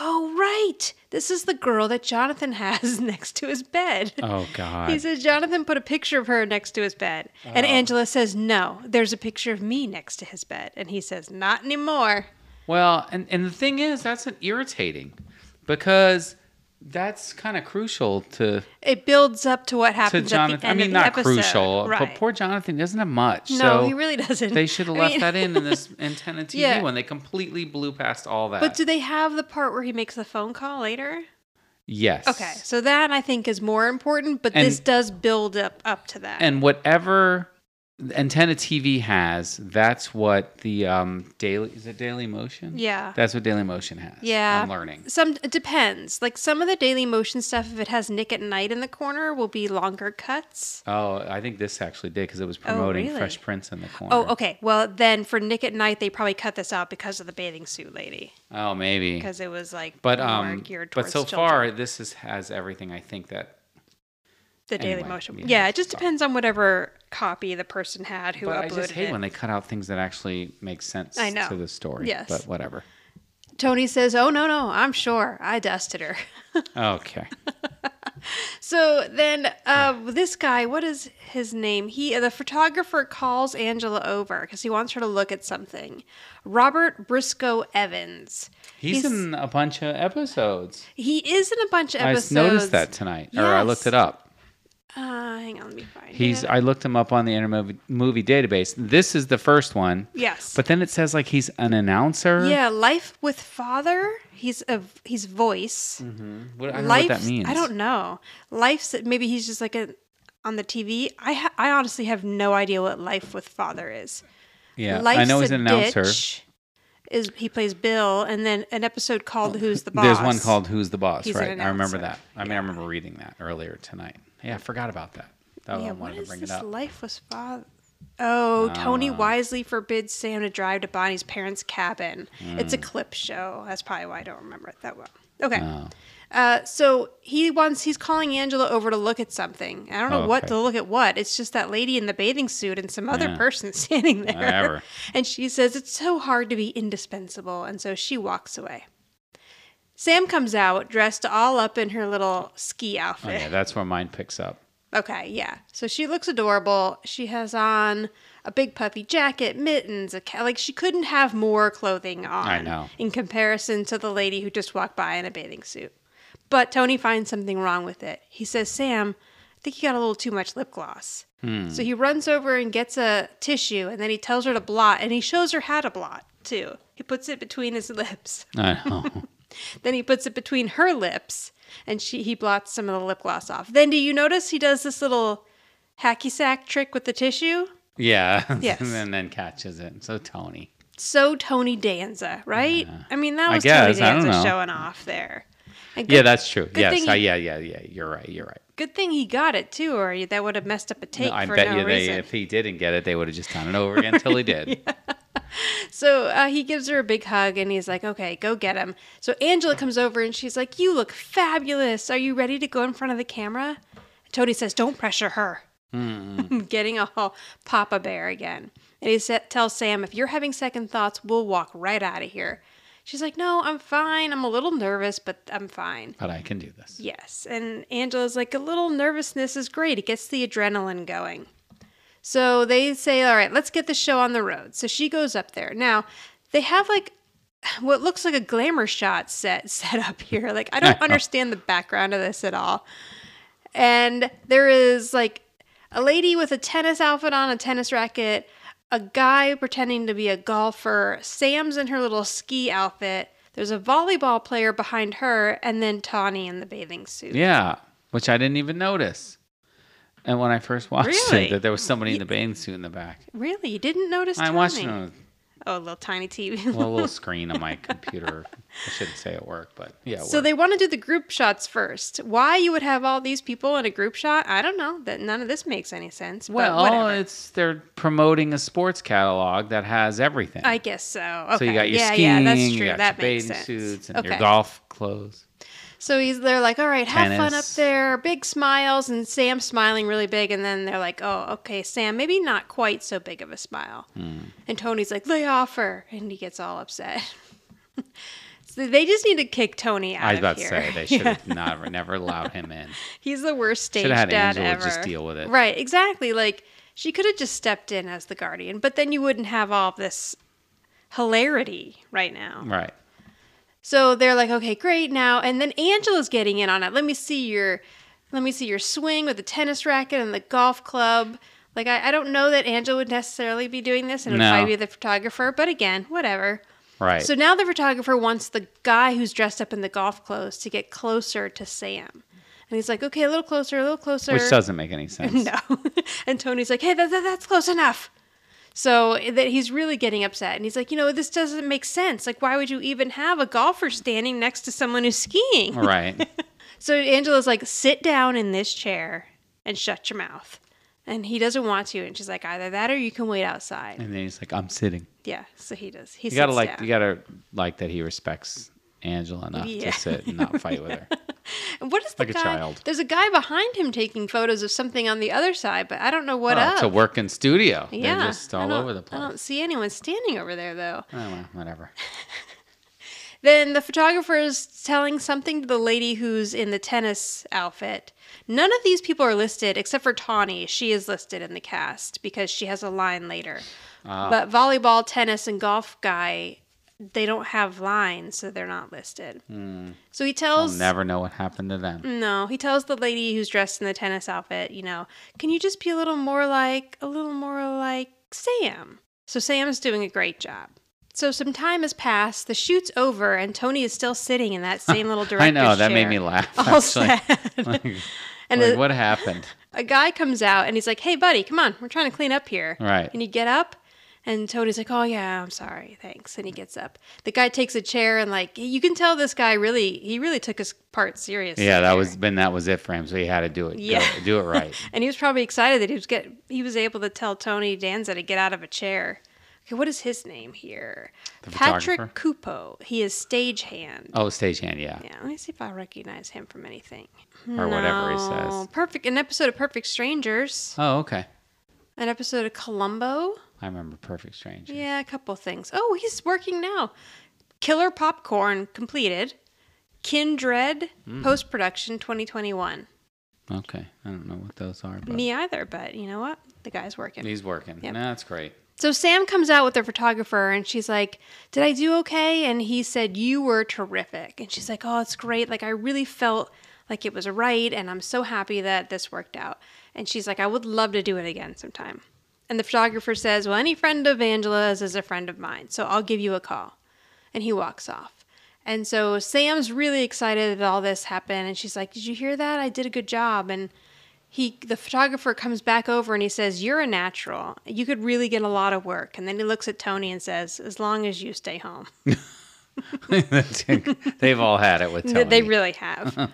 Speaker 5: Oh, right. This is the girl that Jonathan has next to his bed.
Speaker 7: Oh, God. Oh.
Speaker 5: He says, Jonathan put a picture of her next to his bed. And Angela says, no, there's a picture of me next to his bed. And he says, not anymore.
Speaker 7: Well, and, and the thing is, that's an irritating because that's kind of crucial to
Speaker 5: It builds up to what
Speaker 7: to
Speaker 5: happens at the
Speaker 7: Jonathan. I
Speaker 5: end
Speaker 7: mean,
Speaker 5: of the
Speaker 7: not
Speaker 5: episode.
Speaker 7: crucial,
Speaker 5: Right.
Speaker 7: but poor Jonathan doesn't have much.
Speaker 5: no,
Speaker 7: so
Speaker 5: he really doesn't.
Speaker 7: They should have
Speaker 5: I
Speaker 7: left
Speaker 5: mean-
Speaker 7: that in in this antenna TV
Speaker 5: Yeah.
Speaker 7: one. They completely blew past all that.
Speaker 5: But do they have the part where he makes the phone call later?
Speaker 7: yes.
Speaker 5: Okay, so that I think is more important, but this
Speaker 7: And-
Speaker 5: does build up up to that.
Speaker 7: and whatever antenna TV has, that's what the um daily is it Daily Motion?
Speaker 5: Yeah.
Speaker 7: that's what Daily Motion has.
Speaker 5: yeah,
Speaker 7: I'm learning.
Speaker 5: Some it depends. Like some of the Daily Motion stuff, if it has Nick at Night in the corner, will be longer cuts.
Speaker 7: Oh, I think this actually did because it was promoting
Speaker 5: Oh, really?
Speaker 7: Fresh Prince in the corner.
Speaker 5: Oh, okay. Well, then for Nick at Night, they probably cut this out because of the bathing suit lady,
Speaker 7: Oh, maybe.
Speaker 5: because it was like
Speaker 7: but
Speaker 5: more
Speaker 7: um,
Speaker 5: geared
Speaker 7: but
Speaker 5: towards
Speaker 7: so
Speaker 5: children.
Speaker 7: far this is, has everything I think that.
Speaker 5: the Daily
Speaker 7: anyway,
Speaker 5: Motion.
Speaker 7: yeah,
Speaker 5: Yeah, it just depends on whatever copy the person had who
Speaker 7: But
Speaker 5: uploaded
Speaker 7: I just hate
Speaker 5: it.
Speaker 7: when they cut out things that actually make sense
Speaker 5: I know.
Speaker 7: to the story.
Speaker 5: Yes.
Speaker 7: but whatever.
Speaker 5: Tony says, "Oh no, no, I'm sure I dusted her."
Speaker 7: Okay.
Speaker 5: So then, uh, this guy, what is his name? He, the photographer, calls Angela over because he wants her to look at something. Robert Briscoe Evans.
Speaker 7: He's, in a bunch of episodes.
Speaker 5: He is in a bunch of
Speaker 7: I
Speaker 5: episodes.
Speaker 7: s- noticed that tonight, or I looked
Speaker 5: Yes.
Speaker 7: it up.
Speaker 5: Uh, hang on, let me find.
Speaker 7: He's.
Speaker 5: it.
Speaker 7: I looked him up on the intermovie movie database. This is the first one.
Speaker 5: yes,
Speaker 7: But then it says like he's an announcer.
Speaker 5: yeah, Life with Father. He's a he's voice.
Speaker 7: What, Mm, I don't
Speaker 5: Life.
Speaker 7: know what that means.
Speaker 5: I don't know. Life's maybe he's just like a on the TV. I ha- I honestly have no idea what Life with Father is.
Speaker 7: Yeah.
Speaker 5: Life's
Speaker 7: I know he's
Speaker 5: a
Speaker 7: an announcer.
Speaker 5: Ditch is he plays Bill, and then an episode called "Who's the Boss."
Speaker 7: Oh, There's one called Who's the Boss,
Speaker 5: He's an
Speaker 7: right? I remember
Speaker 5: announcer.
Speaker 7: that. I mean, I remember reading that earlier tonight. Yeah, I forgot about that. That
Speaker 5: Yeah,
Speaker 7: one Oh, I
Speaker 5: what
Speaker 7: wanted to
Speaker 5: is
Speaker 7: bring
Speaker 5: this?
Speaker 7: it up. Uh.
Speaker 5: Life was father. Oh, Tony wisely forbids Sam to drive to Bonnie's parents' cabin. It's a
Speaker 7: Hmm.
Speaker 5: clip show. That's probably why I don't remember it that well. Okay.
Speaker 7: Oh.
Speaker 5: Uh, so he wants he's calling Angela over to look at something. I don't know
Speaker 7: Oh,
Speaker 5: what
Speaker 7: okay.
Speaker 5: to look at. What? It's just that lady in the bathing suit and some other
Speaker 7: Yeah.
Speaker 5: person standing there.
Speaker 7: Whatever.
Speaker 5: And she says it's so hard to be indispensable, and so she walks away. Sam comes out dressed all up in her little ski outfit.
Speaker 7: Oh, yeah, that's where mine picks up.
Speaker 5: Okay, yeah. So she looks adorable. She has on a big puffy jacket, mittens, a ca- like she couldn't have more clothing on.
Speaker 7: I know.
Speaker 5: In comparison to the lady who just walked by in a bathing suit. But Tony finds something wrong with it. He says, "Sam, I think you got a little too much lip gloss."
Speaker 7: Hmm.
Speaker 5: So he runs over and gets a tissue, and then he tells her to blot, and he shows her how to blot too. He puts it between his lips.
Speaker 7: I know.
Speaker 5: Then he puts it between her lips, and she he blots some of the lip gloss off. Then do you notice he does this little hacky sack trick with the tissue?
Speaker 7: yeah.
Speaker 5: Yes.
Speaker 7: and then catches it. So Tony.
Speaker 5: So Tony Danza, right? I mean, that
Speaker 7: I
Speaker 5: was
Speaker 7: guess,
Speaker 5: Tony
Speaker 7: I don't
Speaker 5: Danza
Speaker 7: know.
Speaker 5: showing off there. And good,
Speaker 7: Yeah, that's true.
Speaker 5: good
Speaker 7: Yes.
Speaker 5: thing
Speaker 7: I-
Speaker 5: he-
Speaker 7: yeah, yeah, yeah. You're right. You're right.
Speaker 5: good thing he got it too, or that would have messed up a take
Speaker 7: I
Speaker 5: for
Speaker 7: bet
Speaker 5: no
Speaker 7: you they,
Speaker 5: reason.
Speaker 7: if he didn't get it, they would have just done it over again until he did.
Speaker 5: So uh, he gives her a big hug and he's like, okay, go get him. So Angela comes over and she's like, you look fabulous. Are you ready to go in front of the camera? Tony says, don't pressure her. Getting all Papa Bear again. And he sa- tells Sam, if you're having second thoughts, we'll walk right out of here. She's like, no, I'm fine. I'm a little nervous, but I'm fine.
Speaker 7: But I can do this.
Speaker 5: Yes. And Angela's like, a little nervousness is great. It gets the adrenaline going. So they say, all right, let's get the show on the road. So she goes up there. Now, they have like what looks like a glamour shot set set up here. Like I don't understand the background of this at all. And there is like a lady with a tennis outfit on, a tennis racket, a guy pretending to be a golfer, Sam's in her little ski outfit. There's a volleyball player behind her, and then Tawny in the bathing suit.
Speaker 7: Yeah, which I didn't even notice. And when I first watched
Speaker 5: Really?
Speaker 7: it, that there was somebody in the bathing suit in the back.
Speaker 5: Really? You didn't notice
Speaker 7: I
Speaker 5: Tawny?
Speaker 7: watched it on
Speaker 5: Oh, a little tiny TV.
Speaker 7: a little screen on my computer. I shouldn't say at work, but yeah. it
Speaker 5: So
Speaker 7: worked.
Speaker 5: they want to do the group shots first. Why you would have all these people in a group shot? I don't know. That none of this makes any sense. but
Speaker 7: well,
Speaker 5: whatever.
Speaker 7: it's they're promoting a sports catalog that has everything.
Speaker 5: I guess so. Okay.
Speaker 7: So you got your
Speaker 5: yeah,
Speaker 7: skiing,
Speaker 5: yeah, that's
Speaker 7: you
Speaker 5: true.
Speaker 7: got
Speaker 5: that
Speaker 7: your
Speaker 5: makes
Speaker 7: bathing
Speaker 5: sense.
Speaker 7: suits, and
Speaker 5: okay.
Speaker 7: your golf clothes.
Speaker 5: So he's they're like, all right, have fun up
Speaker 7: Tennis.
Speaker 5: there, big smiles, and Sam's smiling really big, and then they're like, oh, okay, Sam, maybe not quite so big of a smile.
Speaker 7: Hmm.
Speaker 5: And Tony's like, lay off her, and he gets all upset. so they just need to kick Tony out
Speaker 7: I was
Speaker 5: of
Speaker 7: about
Speaker 5: here.
Speaker 7: to say they should have never, never allowed him in.
Speaker 5: He's the worst stage
Speaker 7: Shoulda had
Speaker 5: dad
Speaker 7: Angela
Speaker 5: ever.
Speaker 7: just deal with it.
Speaker 5: Right, exactly. Like she could have just stepped in as the guardian, but then you wouldn't have all of this hilarity right now.
Speaker 7: Right.
Speaker 5: So they're like, okay, great now. And then Angela's getting in on it. Let me see your, let me see your swing with the tennis racket and the golf club. Like I, I don't know that Angela would necessarily be doing this, and it would
Speaker 7: No.
Speaker 5: probably be the photographer. But again, whatever.
Speaker 7: Right.
Speaker 5: So now the photographer wants the guy who's dressed up in the golf clothes to get closer to Sam, and he's like, okay, a little closer, a little closer.
Speaker 7: Which doesn't make any sense.
Speaker 5: No. and Tony's like, hey, that, that, that's close enough. So that he's really getting upset. And he's like, you know, this doesn't make sense. Like, why would you even have a golfer standing next to someone who's skiing?
Speaker 7: Right.
Speaker 5: So Angela's like, sit down in this chair and shut your mouth. And he doesn't want to. And she's like, either that or you can wait outside.
Speaker 7: And then he's like, I'm sitting.
Speaker 5: Yeah. So he does. He
Speaker 7: You gotta
Speaker 5: sits
Speaker 7: like
Speaker 5: down.
Speaker 7: you gotta like that he respects Angela enough
Speaker 5: Yeah.
Speaker 7: to sit and not fight with her.
Speaker 5: And what is the
Speaker 7: like a
Speaker 5: guy?
Speaker 7: child.
Speaker 5: There's a guy behind him taking photos of something on the other side, but I don't know what
Speaker 7: Oh,
Speaker 5: up.
Speaker 7: it's a working studio.
Speaker 5: yeah.
Speaker 7: They're just
Speaker 5: I
Speaker 7: all
Speaker 5: don't-
Speaker 7: over the place.
Speaker 5: I don't see anyone standing over there though.
Speaker 7: Oh, well, whatever.
Speaker 5: Then the photographer is telling something to the lady who's in the tennis outfit. None of these people are listed except for Tawny. She is listed in the cast because she has a line later.
Speaker 7: Ah.
Speaker 5: But volleyball, tennis, and golf guy, they don't have lines, so they're not listed. So he
Speaker 7: We'll
Speaker 5: tells
Speaker 7: Hmm. never know what happened to them.
Speaker 5: no, he tells the lady who's dressed in the tennis outfit, you know, can you just be a little more like, a little more like Sam? So Sam's doing a great job. So some time has passed, the shoot's over, and Tony is still sitting in that same little Mm, director's
Speaker 7: I know that made
Speaker 5: chair,
Speaker 7: me laugh.
Speaker 5: All
Speaker 7: actually.
Speaker 5: sad.
Speaker 7: Like,
Speaker 5: and
Speaker 7: like,
Speaker 5: a,
Speaker 7: what happened?
Speaker 5: a guy comes out and he's like, hey, buddy, come on, we're trying to clean up here.
Speaker 7: Right.
Speaker 5: And you get up, and Tony's like, oh, yeah, I'm sorry, thanks. And he gets up. The guy takes a chair, and like, you can tell this guy really, he really took his part seriously.
Speaker 7: Yeah, that
Speaker 5: there.
Speaker 7: was then that was it for him. So he had to do it.
Speaker 5: Yeah.
Speaker 7: Go- do it right.
Speaker 5: And he was probably excited that he was get he was able to tell Tony Danza to get out of a chair. Okay, what is his name here? Patrick Coupeau. He is stagehand.
Speaker 7: Oh, stagehand. Yeah.
Speaker 5: Yeah, let me see if I recognize him from anything.
Speaker 7: Or whatever he
Speaker 5: Oh,
Speaker 7: says.
Speaker 5: perfect. An episode of Perfect Strangers.
Speaker 7: Oh, okay.
Speaker 5: An episode of Columbo.
Speaker 7: I remember Perfect Strange.
Speaker 5: Yeah, a couple things. Oh, he's working now. Killer Popcorn completed. Kindred
Speaker 7: Hmm.
Speaker 5: post production 2021.
Speaker 7: Okay. I don't know what those are, but
Speaker 5: Me either, but you know what? The guy's working.
Speaker 7: he's working.
Speaker 5: Yep.
Speaker 7: No, that's great.
Speaker 5: So Sam comes out with their photographer and she's like, Did I do okay? And he said, You were terrific. And she's like, Oh, it's great. Like, I really felt like it was right. And I'm so happy that this worked out. And she's like, I would love to do it again sometime. And the photographer says, Well, any friend of Angela's is a friend of mine. So I'll give you a call. And he walks off. And so Sam's really excited that all this happened. And she's like, Did you hear that? I did a good job. And he the photographer comes back over and he says you're a natural you could really get a lot of work and then he looks at tony and says as long as you stay home
Speaker 7: They've all had it with Tony.
Speaker 5: Th- they really have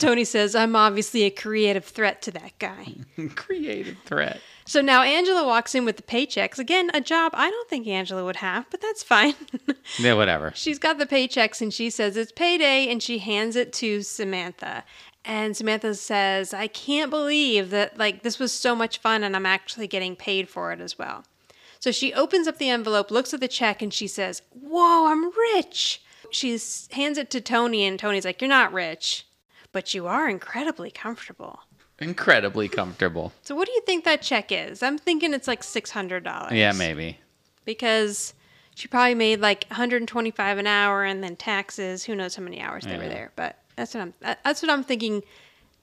Speaker 5: tony says i'm obviously a creative threat to that guy
Speaker 7: creative threat.
Speaker 5: so now angela walks in with the paychecks again a job i don't think angela would have but that's fine
Speaker 7: Yeah, whatever.
Speaker 5: she's got the paychecks and she says it's payday and she hands it to Samantha. And Samantha says, I can't believe that like this was so much fun and I'm actually getting paid for it as well. So she opens up the envelope, looks at the check, and she says, Whoa, I'm rich. She s- hands it to Tony, and Tony's like, You're not rich, but you are incredibly comfortable.
Speaker 7: Incredibly comfortable.
Speaker 5: So, what do you think that check is? I'm thinking it's like $600
Speaker 7: Yeah, maybe.
Speaker 5: because she probably made like 125 an hour and then taxes who knows how many hours they were
Speaker 7: Yeah.
Speaker 5: there but that's what i'm that- that's what i'm thinking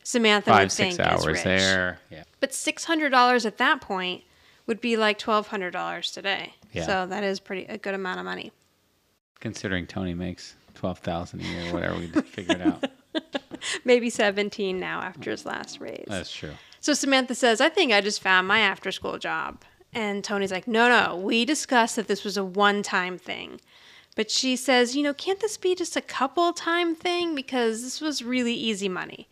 Speaker 5: samantha
Speaker 7: Five,
Speaker 5: would
Speaker 7: six
Speaker 5: think is
Speaker 7: hours
Speaker 5: rich.
Speaker 7: there. Yeah.
Speaker 5: but $600 at that point would be like $1200 today
Speaker 7: Yeah.
Speaker 5: so that is pretty a good amount of money
Speaker 7: Considering Tony makes twelve thousand a year, whatever we figured out.
Speaker 5: maybe 17 now after his last raise
Speaker 7: That's true.
Speaker 5: So Samantha says, I think I just found my after school job. And Tony's like, No, no, we discussed that this was a one time thing. But she says, You know, can't this be just a couple time thing? Because this was really easy money.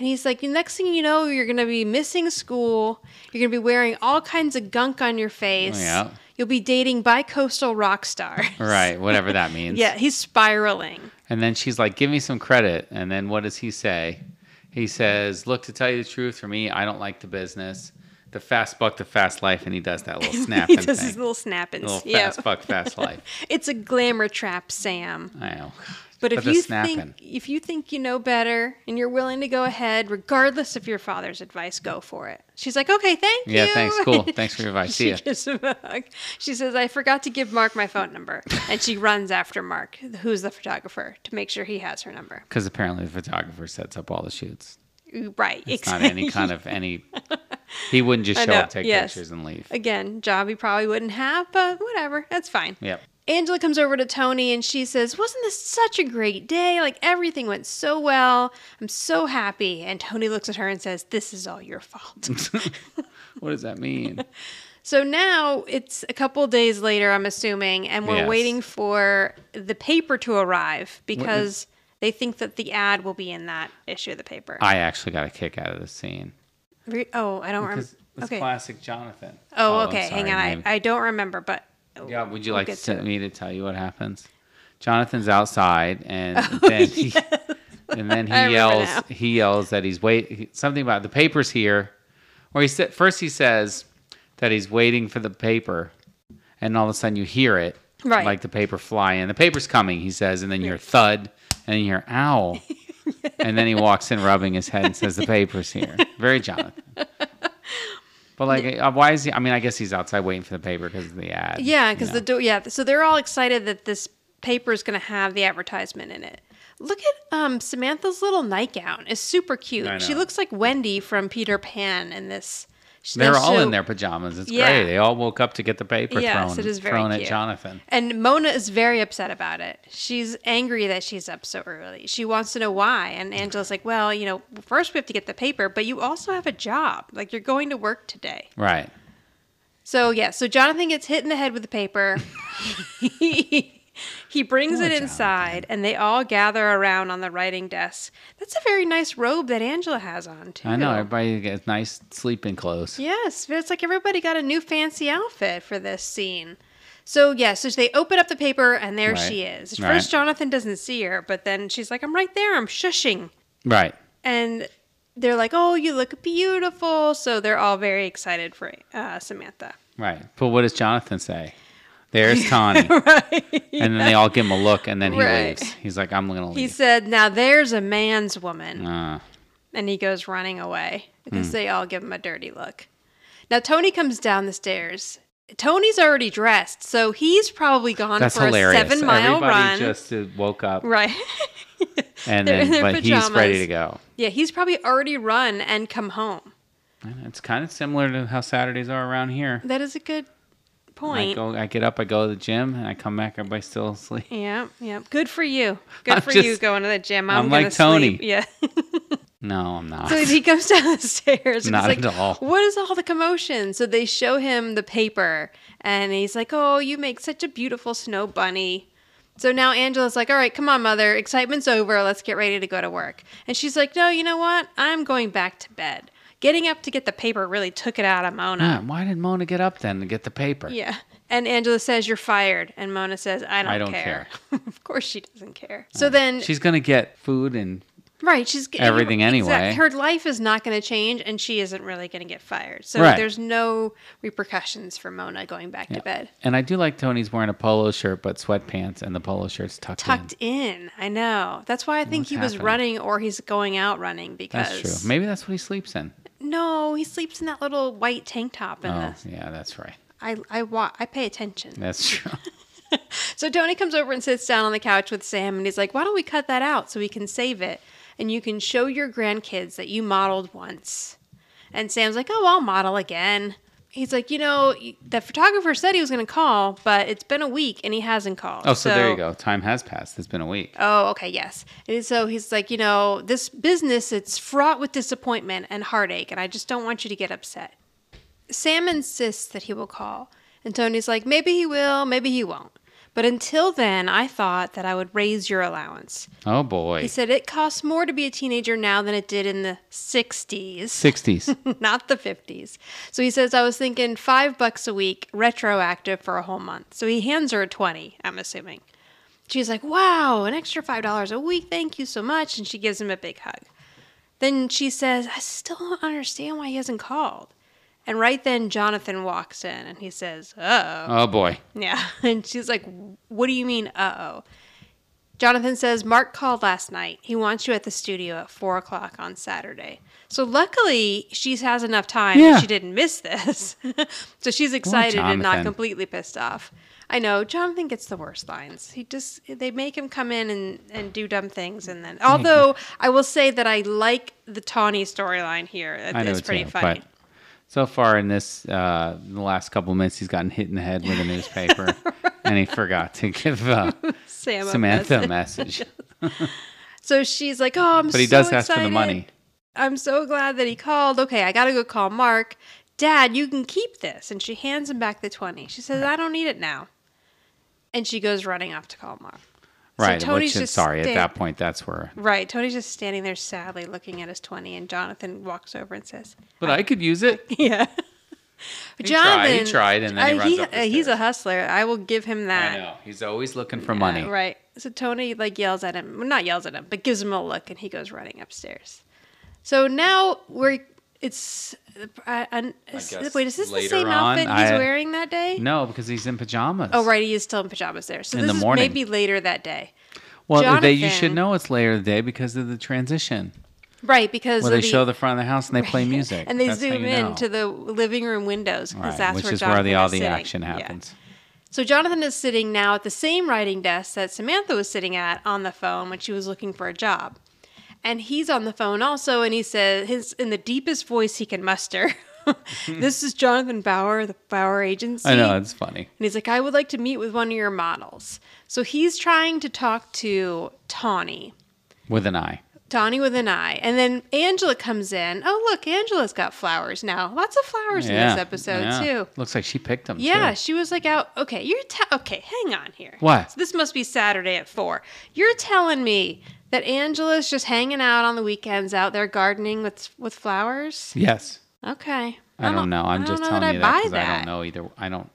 Speaker 5: And he's like, "The Next thing you know, you're going to be missing school. You're going to be wearing all kinds of gunk on your face.
Speaker 7: Yeah.
Speaker 5: You'll be dating bi-coastal rock star.
Speaker 7: Right, whatever that means.
Speaker 5: Yeah, he's spiraling.
Speaker 7: And then she's like, "Give me some credit." And then what does he say? He says, "Look, to tell you the truth, for me, I don't like the business, the fast buck, the fast life." And he does that little snap.
Speaker 5: he
Speaker 7: and
Speaker 5: does
Speaker 7: thing.
Speaker 5: his little snappings.
Speaker 7: Little
Speaker 5: yeah.
Speaker 7: fast buck, fast life.
Speaker 5: It's a glamour trap, Sam.
Speaker 7: I know.
Speaker 5: But if
Speaker 7: the
Speaker 5: you
Speaker 7: snapping.
Speaker 5: think if you think you know better and you're willing to go ahead, regardless of your father's advice, go for it. She's like, okay, thank
Speaker 7: Yeah,
Speaker 5: you.
Speaker 7: thanks. Cool. Thanks for your advice. See
Speaker 5: She
Speaker 7: ya.
Speaker 5: gives him a hug. She says, I forgot to give Mark my phone number. And she runs after Mark, who's the photographer, to make sure he has her number.
Speaker 7: Because apparently the photographer sets up all the shoots.
Speaker 5: Right.
Speaker 7: It's not any kind of any. He wouldn't just
Speaker 5: I
Speaker 7: show up,
Speaker 5: know,
Speaker 7: take
Speaker 5: yes.
Speaker 7: pictures, and leave.
Speaker 5: Again, job he probably wouldn't have, but whatever. That's fine.
Speaker 7: Yep.
Speaker 5: Angela comes over to Tony and she says, Wasn't this such a great day? Like everything went so well. I'm so happy. And Tony looks at her and says, This is all your fault.
Speaker 7: What does that mean?
Speaker 5: so now it's a couple days later, I'm assuming, and we're
Speaker 7: Yes.
Speaker 5: waiting for the paper to arrive because they think that the ad will be in that issue of the paper.
Speaker 7: I actually got a kick out of this scene.
Speaker 5: Re- oh, I don't remember.
Speaker 7: Because it's
Speaker 5: Okay.
Speaker 7: classic Jonathan.
Speaker 5: Oh,
Speaker 7: I'm
Speaker 5: okay. Hang
Speaker 7: sorry,
Speaker 5: on.
Speaker 7: maybe.
Speaker 5: I, I don't remember, but.
Speaker 7: Yeah, would you
Speaker 5: Oh, we'll
Speaker 7: like
Speaker 5: get
Speaker 7: to
Speaker 5: to it.
Speaker 7: me to tell you what happens? Jonathan's outside, and then he, and then
Speaker 5: Oh, I
Speaker 7: he
Speaker 5: remember
Speaker 7: yells.
Speaker 5: now.
Speaker 7: He yells that he's wait he- something about the papers here, or he said first he says that he's waiting for the paper, and all of a sudden you hear it,
Speaker 5: Right.
Speaker 7: Like the paper fly in. The paper's coming, he says, and then you hear thud, and then you hear ow, and then he walks in rubbing his head and says, "The paper's here." Very Jonathan. But like, uh, why is he? I mean, I guess he's outside waiting for the paper because of the ad.
Speaker 5: Yeah,
Speaker 7: you
Speaker 5: because
Speaker 7: know?
Speaker 5: the do- yeah, so they're all excited that this paper is going to have the advertisement in it. Look at um, Samantha's little nightgown; it's super
Speaker 7: I
Speaker 5: cute. She
Speaker 7: know.
Speaker 5: looks like Wendy from Peter Pan in this. She's
Speaker 7: They're
Speaker 5: now
Speaker 7: all
Speaker 5: so-
Speaker 7: in their pajamas. It's
Speaker 5: Yeah.
Speaker 7: great. They all woke up to get the paper
Speaker 5: Yes,
Speaker 7: thrown,
Speaker 5: it is very
Speaker 7: thrown
Speaker 5: cute.
Speaker 7: at Jonathan.
Speaker 5: And Mona is very upset about it. She's angry that she's up so early. She wants to know why. And Angela's like, "Well, you know, first we have to get the paper, but you also have a job. Like you're going to work today."
Speaker 7: Right.
Speaker 5: So yeah, so Jonathan gets hit in the head with the paper. he, he brings it inside, and they all gather around on the writing desk. That's a very nice robe that Angela has on too.
Speaker 7: I know. Everybody gets nice sleeping clothes.
Speaker 5: Yes, but it's like everybody got a new fancy outfit for this scene. So yeah, so they open up the paper, and there
Speaker 7: Right.
Speaker 5: she is. At
Speaker 7: Right.
Speaker 5: First, Jonathan doesn't see her, but then she's like, "I'm right there. I'm shushing."
Speaker 7: Right.
Speaker 5: and they're like, "Oh, you look beautiful!" So they're all very excited for uh, Samantha.
Speaker 7: Right. But what does Jonathan say? There's Tawny. And then they all give him a look and then he
Speaker 5: Right.
Speaker 7: leaves. He's like, I'm going to leave.
Speaker 5: He said, "Now there's a man's woman,"
Speaker 7: Uh,
Speaker 5: and he goes running away
Speaker 7: Hmm.
Speaker 5: because they all give him a dirty look. Now Tony comes down the stairs. Tony's already dressed, so he's probably gone
Speaker 7: that's
Speaker 5: for
Speaker 7: hilarious.
Speaker 5: a seven-mile
Speaker 7: Everybody
Speaker 5: run.
Speaker 7: just uh, woke up
Speaker 5: Right.
Speaker 7: and
Speaker 5: they're in
Speaker 7: then,
Speaker 5: their
Speaker 7: but he's
Speaker 5: pajamas.
Speaker 7: ready to go.
Speaker 5: yeah, he's probably already run and come home.
Speaker 7: And It's kind of similar to how Saturdays are around here.
Speaker 5: That is a good
Speaker 7: I
Speaker 5: point.
Speaker 7: go, I get up, I go to the gym, and I come back, everybody's still asleep.
Speaker 5: Yeah, yeah. Good for you. Good
Speaker 7: I'm
Speaker 5: for you
Speaker 7: just-
Speaker 5: going to the gym. I'm,
Speaker 7: I'm like
Speaker 5: gonna sleep.
Speaker 7: Tony.
Speaker 5: Yeah.
Speaker 7: No, I'm not.
Speaker 5: So he comes down the stairs. And
Speaker 7: Not
Speaker 5: he's like,
Speaker 7: at all.
Speaker 5: What is all the commotion? So they show him the paper, and he's like, "Oh, you make such a beautiful snow bunny." So now Angela's like, "All right, come on, mother. Excitement's over. Let's get ready to go to work." And she's like, "No, you know what? I'm going back to bed." Getting up to get the paper really took it out of
Speaker 7: Yeah,
Speaker 5: Mona.
Speaker 7: why did Mona get up then to get the paper?
Speaker 5: Yeah. And Angela says, "You're fired." And Mona says, "I don't,
Speaker 7: I don't Uh,
Speaker 5: of course, she doesn't care. So then
Speaker 7: She's gonna get food and
Speaker 5: Right, she's g-
Speaker 7: everything
Speaker 5: exact-
Speaker 7: anyway.
Speaker 5: Her life is not going to change, and she isn't really going to get fired. So
Speaker 7: Right.
Speaker 5: there's no repercussions for Mona going back to bed.
Speaker 7: and I do like Tony's wearing a polo shirt but sweatpants and the polo shirt's tucked,
Speaker 5: Tucked
Speaker 7: in.
Speaker 5: in, I know. That's why I think
Speaker 7: What's
Speaker 5: he was
Speaker 7: happening?
Speaker 5: running, or he's going out running because
Speaker 7: That's true. Maybe that's what he sleeps in.
Speaker 5: no, he sleeps in that little white tank top. In
Speaker 7: Oh,
Speaker 5: this,
Speaker 7: yeah, that's right.
Speaker 5: I I wa- I pay attention.
Speaker 7: That's true.
Speaker 5: So Tony comes over and sits down on the couch with Sam, and he's like, "Why don't we cut that out so we can save it, and you can show your grandkids that you modeled once." And Sam's like, "Oh, I'll model again." He's like, "You know, the photographer said he was going to call, but it's been a week and he hasn't called."
Speaker 7: Oh, so, there you go. Time has passed. It's been a week.
Speaker 5: Oh, okay, yes. And so he's like, you know, this business it's fraught with disappointment and heartache, and I just don't want you to get upset. Sam insists that he will call, and Tony's like, maybe he will, maybe he won't. But until then, I thought that I would raise your allowance.
Speaker 7: Oh
Speaker 5: He
Speaker 7: boy.
Speaker 5: said it costs more to be a teenager now than it did in the 60s,
Speaker 7: 60s.
Speaker 5: not the 50s. So he says, I was thinking five bucks a week, retroactive for a whole month. So he hands her a 20, I'm assuming. She's like, wow, an extra $5 a week. Thank you so much. And she gives him a big hug. Then she says, I still don't understand why he hasn't called. And right then, Jonathan walks in and he says, uh oh.
Speaker 7: Oh boy.
Speaker 5: Yeah. And she's like, What do you mean, uh oh? Jonathan says, Mark called last night. He wants you at the studio at four o'clock on Saturday. So luckily, she has enough time
Speaker 7: Yeah.
Speaker 5: that she didn't miss this. so she's excited and not
Speaker 7: Jonathan.
Speaker 5: completely pissed off. I know Jonathan gets the worst lines. He just they make him come in and, and do dumb things and then although I will say that I like the Tawny storyline here.
Speaker 7: I know
Speaker 5: It's pretty
Speaker 7: too,
Speaker 5: funny.
Speaker 7: But so far in this, uh, in the last couple of minutes, he's gotten hit in the head with a newspaper, and he forgot to give uh,
Speaker 5: Sam a
Speaker 7: Samantha a
Speaker 5: message.
Speaker 7: message.
Speaker 5: So she's like, "Oh, I'm
Speaker 7: But he
Speaker 5: so
Speaker 7: does ask for the
Speaker 5: excited."
Speaker 7: money.
Speaker 5: I'm so glad that he called. Okay, I gotta go call Mark. Dad, you can keep this. And she hands him back the 20. She says, I don't need it now. And she goes running off to call Mark. So
Speaker 7: Right.
Speaker 5: Tony's
Speaker 7: which is
Speaker 5: just
Speaker 7: sorry. At
Speaker 5: stand-
Speaker 7: that point, that's where.
Speaker 5: Right. Tony's just standing there sadly looking at his 20, and Jonathan walks over and says,
Speaker 7: But I could use it.
Speaker 5: Yeah. But
Speaker 7: He tried- he
Speaker 5: Jonathan.
Speaker 7: tried, and then he runs up the
Speaker 5: uh, He's a
Speaker 7: stairs.
Speaker 5: hustler. I will give him that.
Speaker 7: I know. He's always looking for money.
Speaker 5: Uh, right. So Tony like yells at him, well, not yells at him, but gives him a look, and he goes running upstairs. So now we're it's. I, I, is-
Speaker 7: guess
Speaker 5: wait, is this the
Speaker 7: later
Speaker 5: same
Speaker 7: on,
Speaker 5: outfit he's
Speaker 7: I-
Speaker 5: wearing that day?
Speaker 7: No, because he's in pajamas.
Speaker 5: Oh, right, he is still in pajamas there. So
Speaker 7: In
Speaker 5: this
Speaker 7: the
Speaker 5: is
Speaker 7: morning.
Speaker 5: maybe later that day,
Speaker 7: Well, they, you should
Speaker 5: Jonathan-
Speaker 7: know it's later in the day because of the transition.
Speaker 5: right? Because
Speaker 7: Where
Speaker 5: of
Speaker 7: they show the front of the house and they play music.
Speaker 5: and they
Speaker 7: That's how
Speaker 5: zoom
Speaker 7: you
Speaker 5: in
Speaker 7: know.
Speaker 5: to the living room windows because
Speaker 7: Right,
Speaker 5: that's
Speaker 7: which
Speaker 5: where
Speaker 7: is where
Speaker 5: Jonathan
Speaker 7: the, all
Speaker 5: is
Speaker 7: the
Speaker 5: sitting.
Speaker 7: action
Speaker 5: Yeah.
Speaker 7: happens.
Speaker 5: So Jonathan is sitting now at the same writing desk that Samantha was sitting at on the phone when she was looking for a job. And he's on the phone also and he says his in the deepest voice he can muster. this is Jonathan Bauer, the Bauer agency.
Speaker 7: I know it's funny.
Speaker 5: And he's like, I would like to meet with one of your models. So he's trying to talk to Tawny.
Speaker 7: With an eye.
Speaker 5: Tawny with an eye. And then Angela comes in. Oh, look, Angela's got flowers now. Lots of flowers in this episode,
Speaker 7: yeah.
Speaker 5: too.
Speaker 7: Looks like she picked them.
Speaker 5: Yeah,
Speaker 7: too.
Speaker 5: she was like out. Okay, you're te- okay. Hang on here.
Speaker 7: What?
Speaker 5: So this must be Saturday at four. You're telling me that Angela's just hanging out on the weekends out there gardening with with flowers.
Speaker 7: Yes.
Speaker 5: Okay.
Speaker 7: I don't know. I'm
Speaker 5: I don't
Speaker 7: just
Speaker 5: know
Speaker 7: telling
Speaker 5: that
Speaker 7: you
Speaker 5: I
Speaker 7: that
Speaker 5: buy
Speaker 7: because I
Speaker 5: that.
Speaker 7: don't know either. I don't.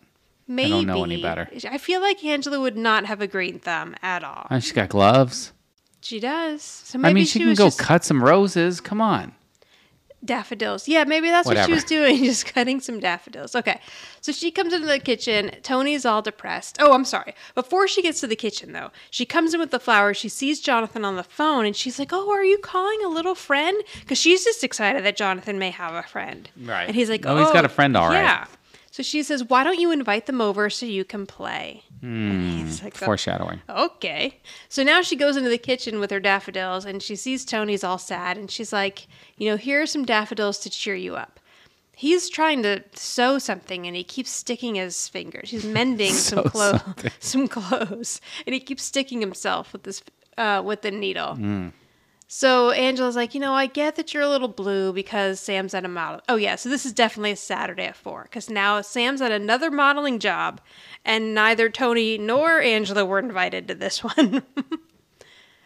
Speaker 5: Maybe.
Speaker 7: don't know any better.
Speaker 5: I feel like Angela would not have a green thumb at all.
Speaker 7: Oh, she's got gloves.
Speaker 5: She does. So maybe
Speaker 7: I mean,
Speaker 5: she,
Speaker 7: she, can
Speaker 5: was
Speaker 7: go
Speaker 5: just
Speaker 7: cut some roses. Come on.
Speaker 5: daffodils. Yeah, maybe that's what
Speaker 7: Whatever.
Speaker 5: she was doing, just cutting some daffodils. Okay. So she comes into the kitchen. Tony's all depressed. Oh, I'm sorry. Before she gets to the kitchen, though, she comes in with the flowers. She sees Jonathan on the phone and she's like, Oh, are you calling a little friend? Because she's just excited that Jonathan may have a friend.
Speaker 7: Right.
Speaker 5: And he's like, Oh,
Speaker 7: Oh, he's got a friend, all right."
Speaker 5: Yeah. So she says, Why don't you invite them over so you can play?
Speaker 7: Hmm.
Speaker 5: And he's like, "Oh,
Speaker 7: Foreshadowing.
Speaker 5: okay. So now she goes into the kitchen with her daffodils and she sees Tony's all sad and she's like, you know, here are some daffodils to cheer you up. He's trying to sew something and he keeps sticking his fingers. He's mending some
Speaker 7: Sew
Speaker 5: clothes,
Speaker 7: something.
Speaker 5: some clothes, and he keeps sticking himself with this uh, with the needle.
Speaker 7: Mm.
Speaker 5: So Angela's like, you know, I get that you're a little blue because Sam's at a model. Oh yeah, so this is definitely a Saturday at four because now Sam's at another modeling job, and neither Tony nor Angela were invited to this one.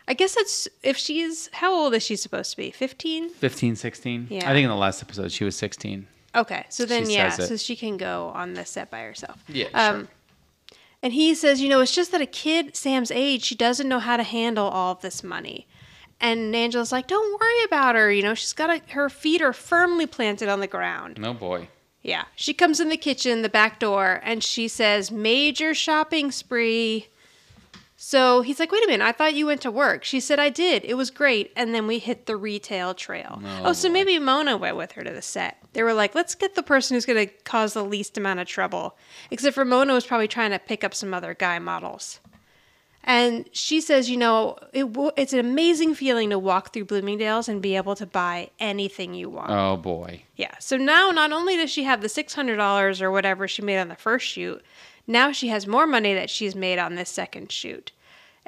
Speaker 5: I guess that's if she's how old is she supposed to be? Fifteen.
Speaker 7: 15, 16.
Speaker 5: Yeah.
Speaker 7: I think in the last episode she was 16.
Speaker 5: Okay, so then
Speaker 7: She
Speaker 5: yeah,
Speaker 7: says it.
Speaker 5: so she can go on the set by herself. Um,
Speaker 7: Yeah, sure.
Speaker 5: And he says, you know, it's just that a kid Sam's age, she doesn't know how to handle all of this money. And Angela's like, don't worry about her. You know, she's got a, her feet are firmly planted on the ground.
Speaker 7: No Oh, boy.
Speaker 5: Yeah. She comes in the kitchen, the back door, and she says, major shopping spree. So he's like, wait a minute, I thought you went to work. She said, I did. It was great. And then we hit the retail trail. oh, so maybe Mona went with her to the set. They were like, let's get the person who's going to cause the least amount of trouble. Except for Mona was probably trying to pick up some other guy models. And she says, you know, it w- it's an amazing feeling to walk through Bloomingdale's and be able to buy anything you want.
Speaker 7: Oh boy.
Speaker 5: Yeah. So now not only does she have the $600 or whatever she made on the first shoot, now she has more money that she's made on this second shoot.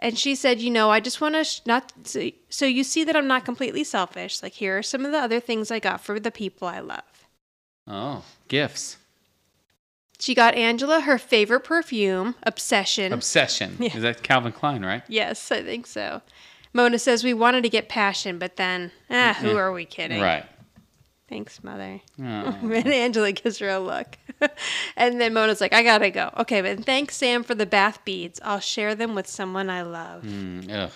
Speaker 5: And she said, "You know, I just want to sh- not so, so you see that I'm not completely selfish. Like here are some of the other things I got for the people I love."
Speaker 7: Oh, gifts.
Speaker 5: She got Angela her favorite perfume, Obsession.
Speaker 7: Obsession. Is that Calvin Klein, right?
Speaker 5: yes, I think so. Mona says we wanted to get passion, but then, ah, who are we kidding?
Speaker 7: Right.
Speaker 5: Thanks, mother. and Angela gives her a look. and then Mona's like, I gotta go. Okay, but thanks, Sam, for the bath beads. I'll share them with someone I love.
Speaker 7: Mm, ugh.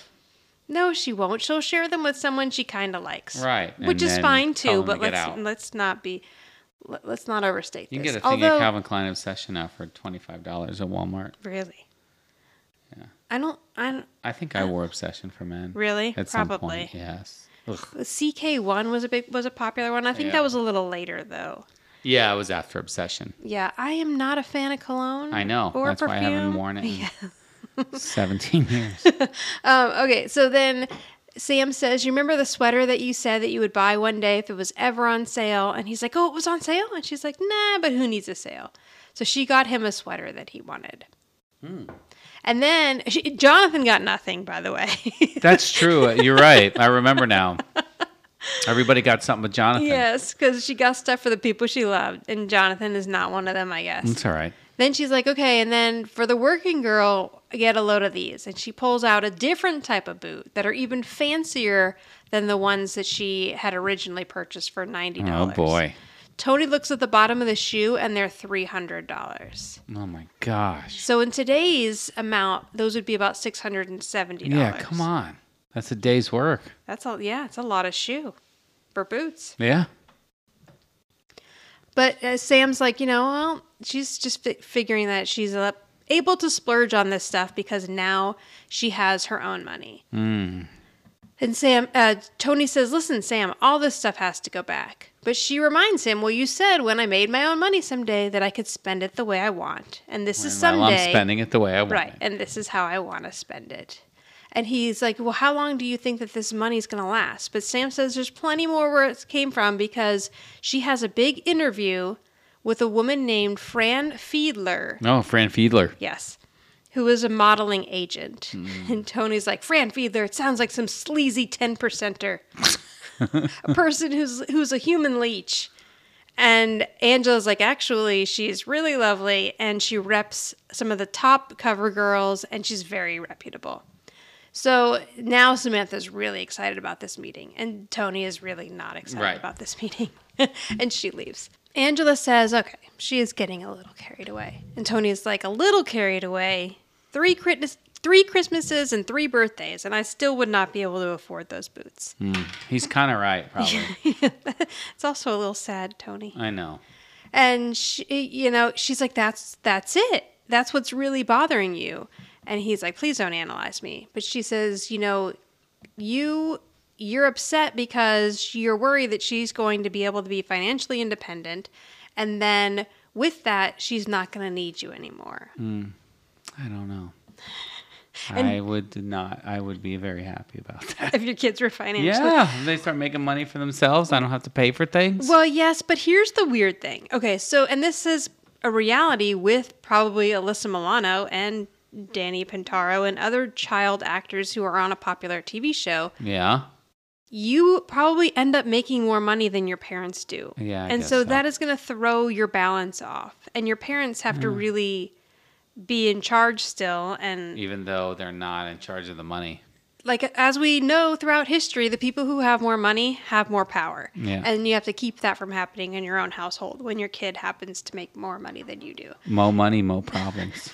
Speaker 5: No, she won't. She'll share them with someone she kind of likes.
Speaker 7: Right,
Speaker 5: Which
Speaker 7: and
Speaker 5: is
Speaker 7: then
Speaker 5: fine
Speaker 7: tell
Speaker 5: too,
Speaker 7: them to
Speaker 5: but
Speaker 7: get
Speaker 5: let's
Speaker 7: out.
Speaker 5: let's not be let, us not overstate
Speaker 7: You can
Speaker 5: this.
Speaker 7: get a thing
Speaker 5: Although
Speaker 7: of Calvin Klein Obsession now for twenty five dollars at Walmart.
Speaker 5: really. I don't I don't
Speaker 7: I think I wore Obsession for men.
Speaker 5: Really?
Speaker 7: At some
Speaker 5: Probably.
Speaker 7: point, yes. Ugh.
Speaker 5: CK1 was a big was a popular one. I think
Speaker 7: Yeah.
Speaker 5: that was a little later though.
Speaker 7: Yeah, it was after Obsession.
Speaker 5: Yeah, I am not a fan of cologne.
Speaker 7: I know.
Speaker 5: Or
Speaker 7: That's
Speaker 5: perfume.
Speaker 7: why I haven't worn it in seventeen years.
Speaker 5: Um, okay, so then Sam says, "You remember the sweater that you said that you would buy one day if it was ever on sale?" And he's like, "Oh, it was on sale." And she's like, "Nah, but who needs a sale?" So she got him a sweater that he wanted. And then she, Jonathan got nothing, by the way.
Speaker 7: That's true. Uh, You're right. I remember now. Everybody got something with Jonathan.
Speaker 5: yes, because she got stuff for the people she loved, and Jonathan is not one of them, I guess.
Speaker 7: It's all right.
Speaker 5: Then she's like, okay, and then for the working girl, get a load of these. And she pulls out a different type of boot that are even fancier than the ones that she had originally purchased for $90.
Speaker 7: Oh boy.
Speaker 5: Tony looks at the bottom of the shoe and they're $300.
Speaker 7: Oh my gosh.
Speaker 5: So in today's amount, those would be about $670.
Speaker 7: Yeah, come on. That's a day's work.
Speaker 5: That's all, yeah, it's a lot of shoe for boots.
Speaker 7: Yeah.
Speaker 5: But uh, Sam's like, you know, well, she's just fi- figuring that she's a- able to splurge on this stuff because now she has her own money.
Speaker 7: Hmm.
Speaker 5: And Sam, uh, Tony says, listen, Sam, all this stuff has to go back. But she reminds him, well, you said when I made my own money someday that I could spend it the way I want. And this is
Speaker 7: Well,
Speaker 5: someday.
Speaker 7: I'm spending it the way I want.
Speaker 5: Right.
Speaker 7: It.
Speaker 5: And this is how I want to spend it. And he's like, Well, how long do you think that this money's going to last? But Sam says there's plenty more where it came from because she has a big interview with a woman named Fran Fiedler.
Speaker 7: No, Oh, Fran Fiedler.
Speaker 5: Yes. Who is a modeling agent. And Tony's like, Fran Fiedler, it sounds like some sleazy 10 percenter. a person who's who's a human leech. And Angela's like, actually, she's really lovely and she reps some of the top cover girls and she's very reputable. So now Samantha's really excited about this meeting and Tony is really not excited
Speaker 7: Right.
Speaker 5: about this meeting. and she leaves. Angela says, okay, she is getting a little carried away. And Tony is like, a little carried away. Three, Christmas, three Christmases and three birthdays, and I still would not be able to afford those boots.
Speaker 7: He's kind of right, probably.
Speaker 5: It's also a little sad, Tony.
Speaker 7: I know.
Speaker 5: and she, you know she's like that's that's it that's what's really bothering you and he's like please don't analyze me but she says you know you you're upset because you're worried that she's going to be able to be financially independent and then with that she's not going to need you anymore
Speaker 7: I don't know. I would not. I would be very happy about that.
Speaker 5: if your kids were financially
Speaker 7: Yeah, they start making money for themselves. I don't have to pay for things.
Speaker 5: Well, yes, but here's the weird thing. Okay, so and this is a reality with probably Alyssa Milano and Danny Pintaro and other child actors who are on a popular TV show.
Speaker 7: yeah,
Speaker 5: You probably end up making more money than your parents do.
Speaker 7: Yeah, I
Speaker 5: and
Speaker 7: guess
Speaker 5: so,
Speaker 7: so.
Speaker 5: that is going to throw your balance off, and your parents have
Speaker 7: Hmm.
Speaker 5: to really be in charge still and
Speaker 7: even though they're not in charge of the money.
Speaker 5: like as we know throughout history, the people who have more money have more power.
Speaker 7: Yeah.
Speaker 5: And you have to keep that from happening in your own household when your kid happens to make more money than you do.
Speaker 7: Mo money, mo problems.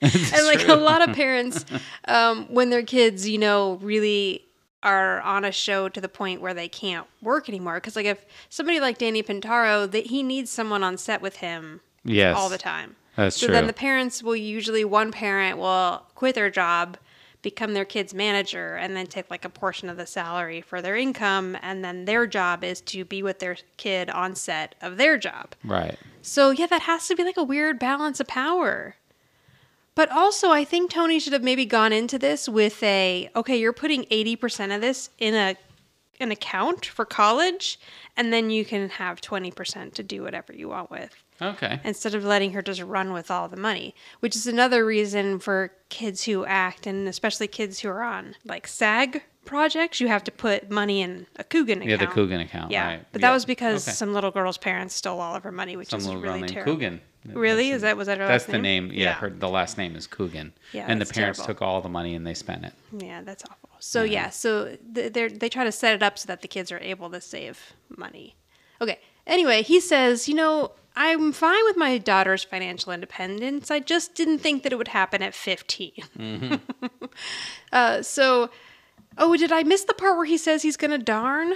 Speaker 5: and like a lot of parents, um, when their kids, you know, really are on a show to the point where they can't work anymore. Because like if somebody like Danny Pintaro, that he needs someone on set with him
Speaker 7: Yes,
Speaker 5: all the time.
Speaker 7: That's
Speaker 5: so
Speaker 7: true.
Speaker 5: then the parents will usually one parent will quit their job, become their kid's manager, and then take like a portion of the salary for their income, and then their job is to be with their kid on set of their job.
Speaker 7: right.
Speaker 5: So yeah, that has to be like a weird balance of power. But also, I think Tony should have maybe gone into this with a okay, you're putting 80% of this in a an account for college, and then you can have 20% to do whatever you want with
Speaker 7: Okay.
Speaker 5: instead of letting her just run with all the money, which is another reason for kids who act and especially kids who are on like SAG projects, you have to put money in a Coogan account.
Speaker 7: Yeah, the Coogan account,
Speaker 5: Yeah,
Speaker 7: right.
Speaker 5: but that
Speaker 7: Yeah.
Speaker 5: was because
Speaker 7: Okay.
Speaker 5: some little girl's parents stole all of her money, which
Speaker 7: Some
Speaker 5: is
Speaker 7: little girl
Speaker 5: really
Speaker 7: named
Speaker 5: terrible.
Speaker 7: Coogan.
Speaker 5: Really?
Speaker 7: That's-
Speaker 5: Is that- was that her
Speaker 7: That's
Speaker 5: last
Speaker 7: the
Speaker 5: name?
Speaker 7: name.
Speaker 5: Oh,
Speaker 7: Yeah,
Speaker 5: Yeah.
Speaker 7: her the last name is Coogan.
Speaker 5: Yeah,
Speaker 7: and the
Speaker 5: that's
Speaker 7: parents
Speaker 5: terrible.
Speaker 7: took all the money and they spent it.
Speaker 5: Yeah, that's awful. So yeah, so th- they they try to set it up so that the kids are able to save money. Okay. Anyway, he says, you know, I'm fine with my daughter's financial independence. I just didn't think that it would happen at 15.
Speaker 7: Mm-hmm.
Speaker 5: uh, so, oh, did I miss the part where he says he's gonna darn?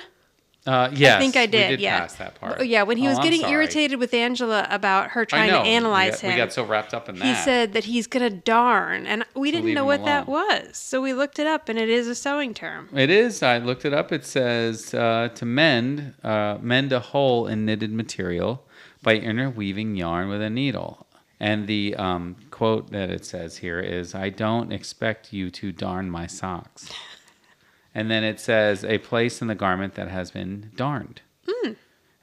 Speaker 7: Uh, yes,
Speaker 5: I think I did.
Speaker 7: We did
Speaker 5: yeah.
Speaker 7: pass that part.
Speaker 5: Oh, Yeah, when he
Speaker 7: Oh,
Speaker 5: was
Speaker 7: I'm
Speaker 5: getting
Speaker 7: sorry.
Speaker 5: irritated with Angela about her
Speaker 7: I
Speaker 5: trying
Speaker 7: know.
Speaker 5: to analyze
Speaker 7: we got,
Speaker 5: him.
Speaker 7: We got so wrapped up in that.
Speaker 5: He said that he's gonna darn, and we didn't
Speaker 7: leave
Speaker 5: know
Speaker 7: him
Speaker 5: what that
Speaker 7: alone.
Speaker 5: was, so we looked it up, and it is a sewing term.
Speaker 7: It is. I looked it up. It says uh, to mend, uh, mend a hole in knitted material by interweaving yarn with a needle. And the um, quote that it says here is, "I don't expect you to darn my socks." And then it says a place in the garment that has been darned.
Speaker 5: Hmm.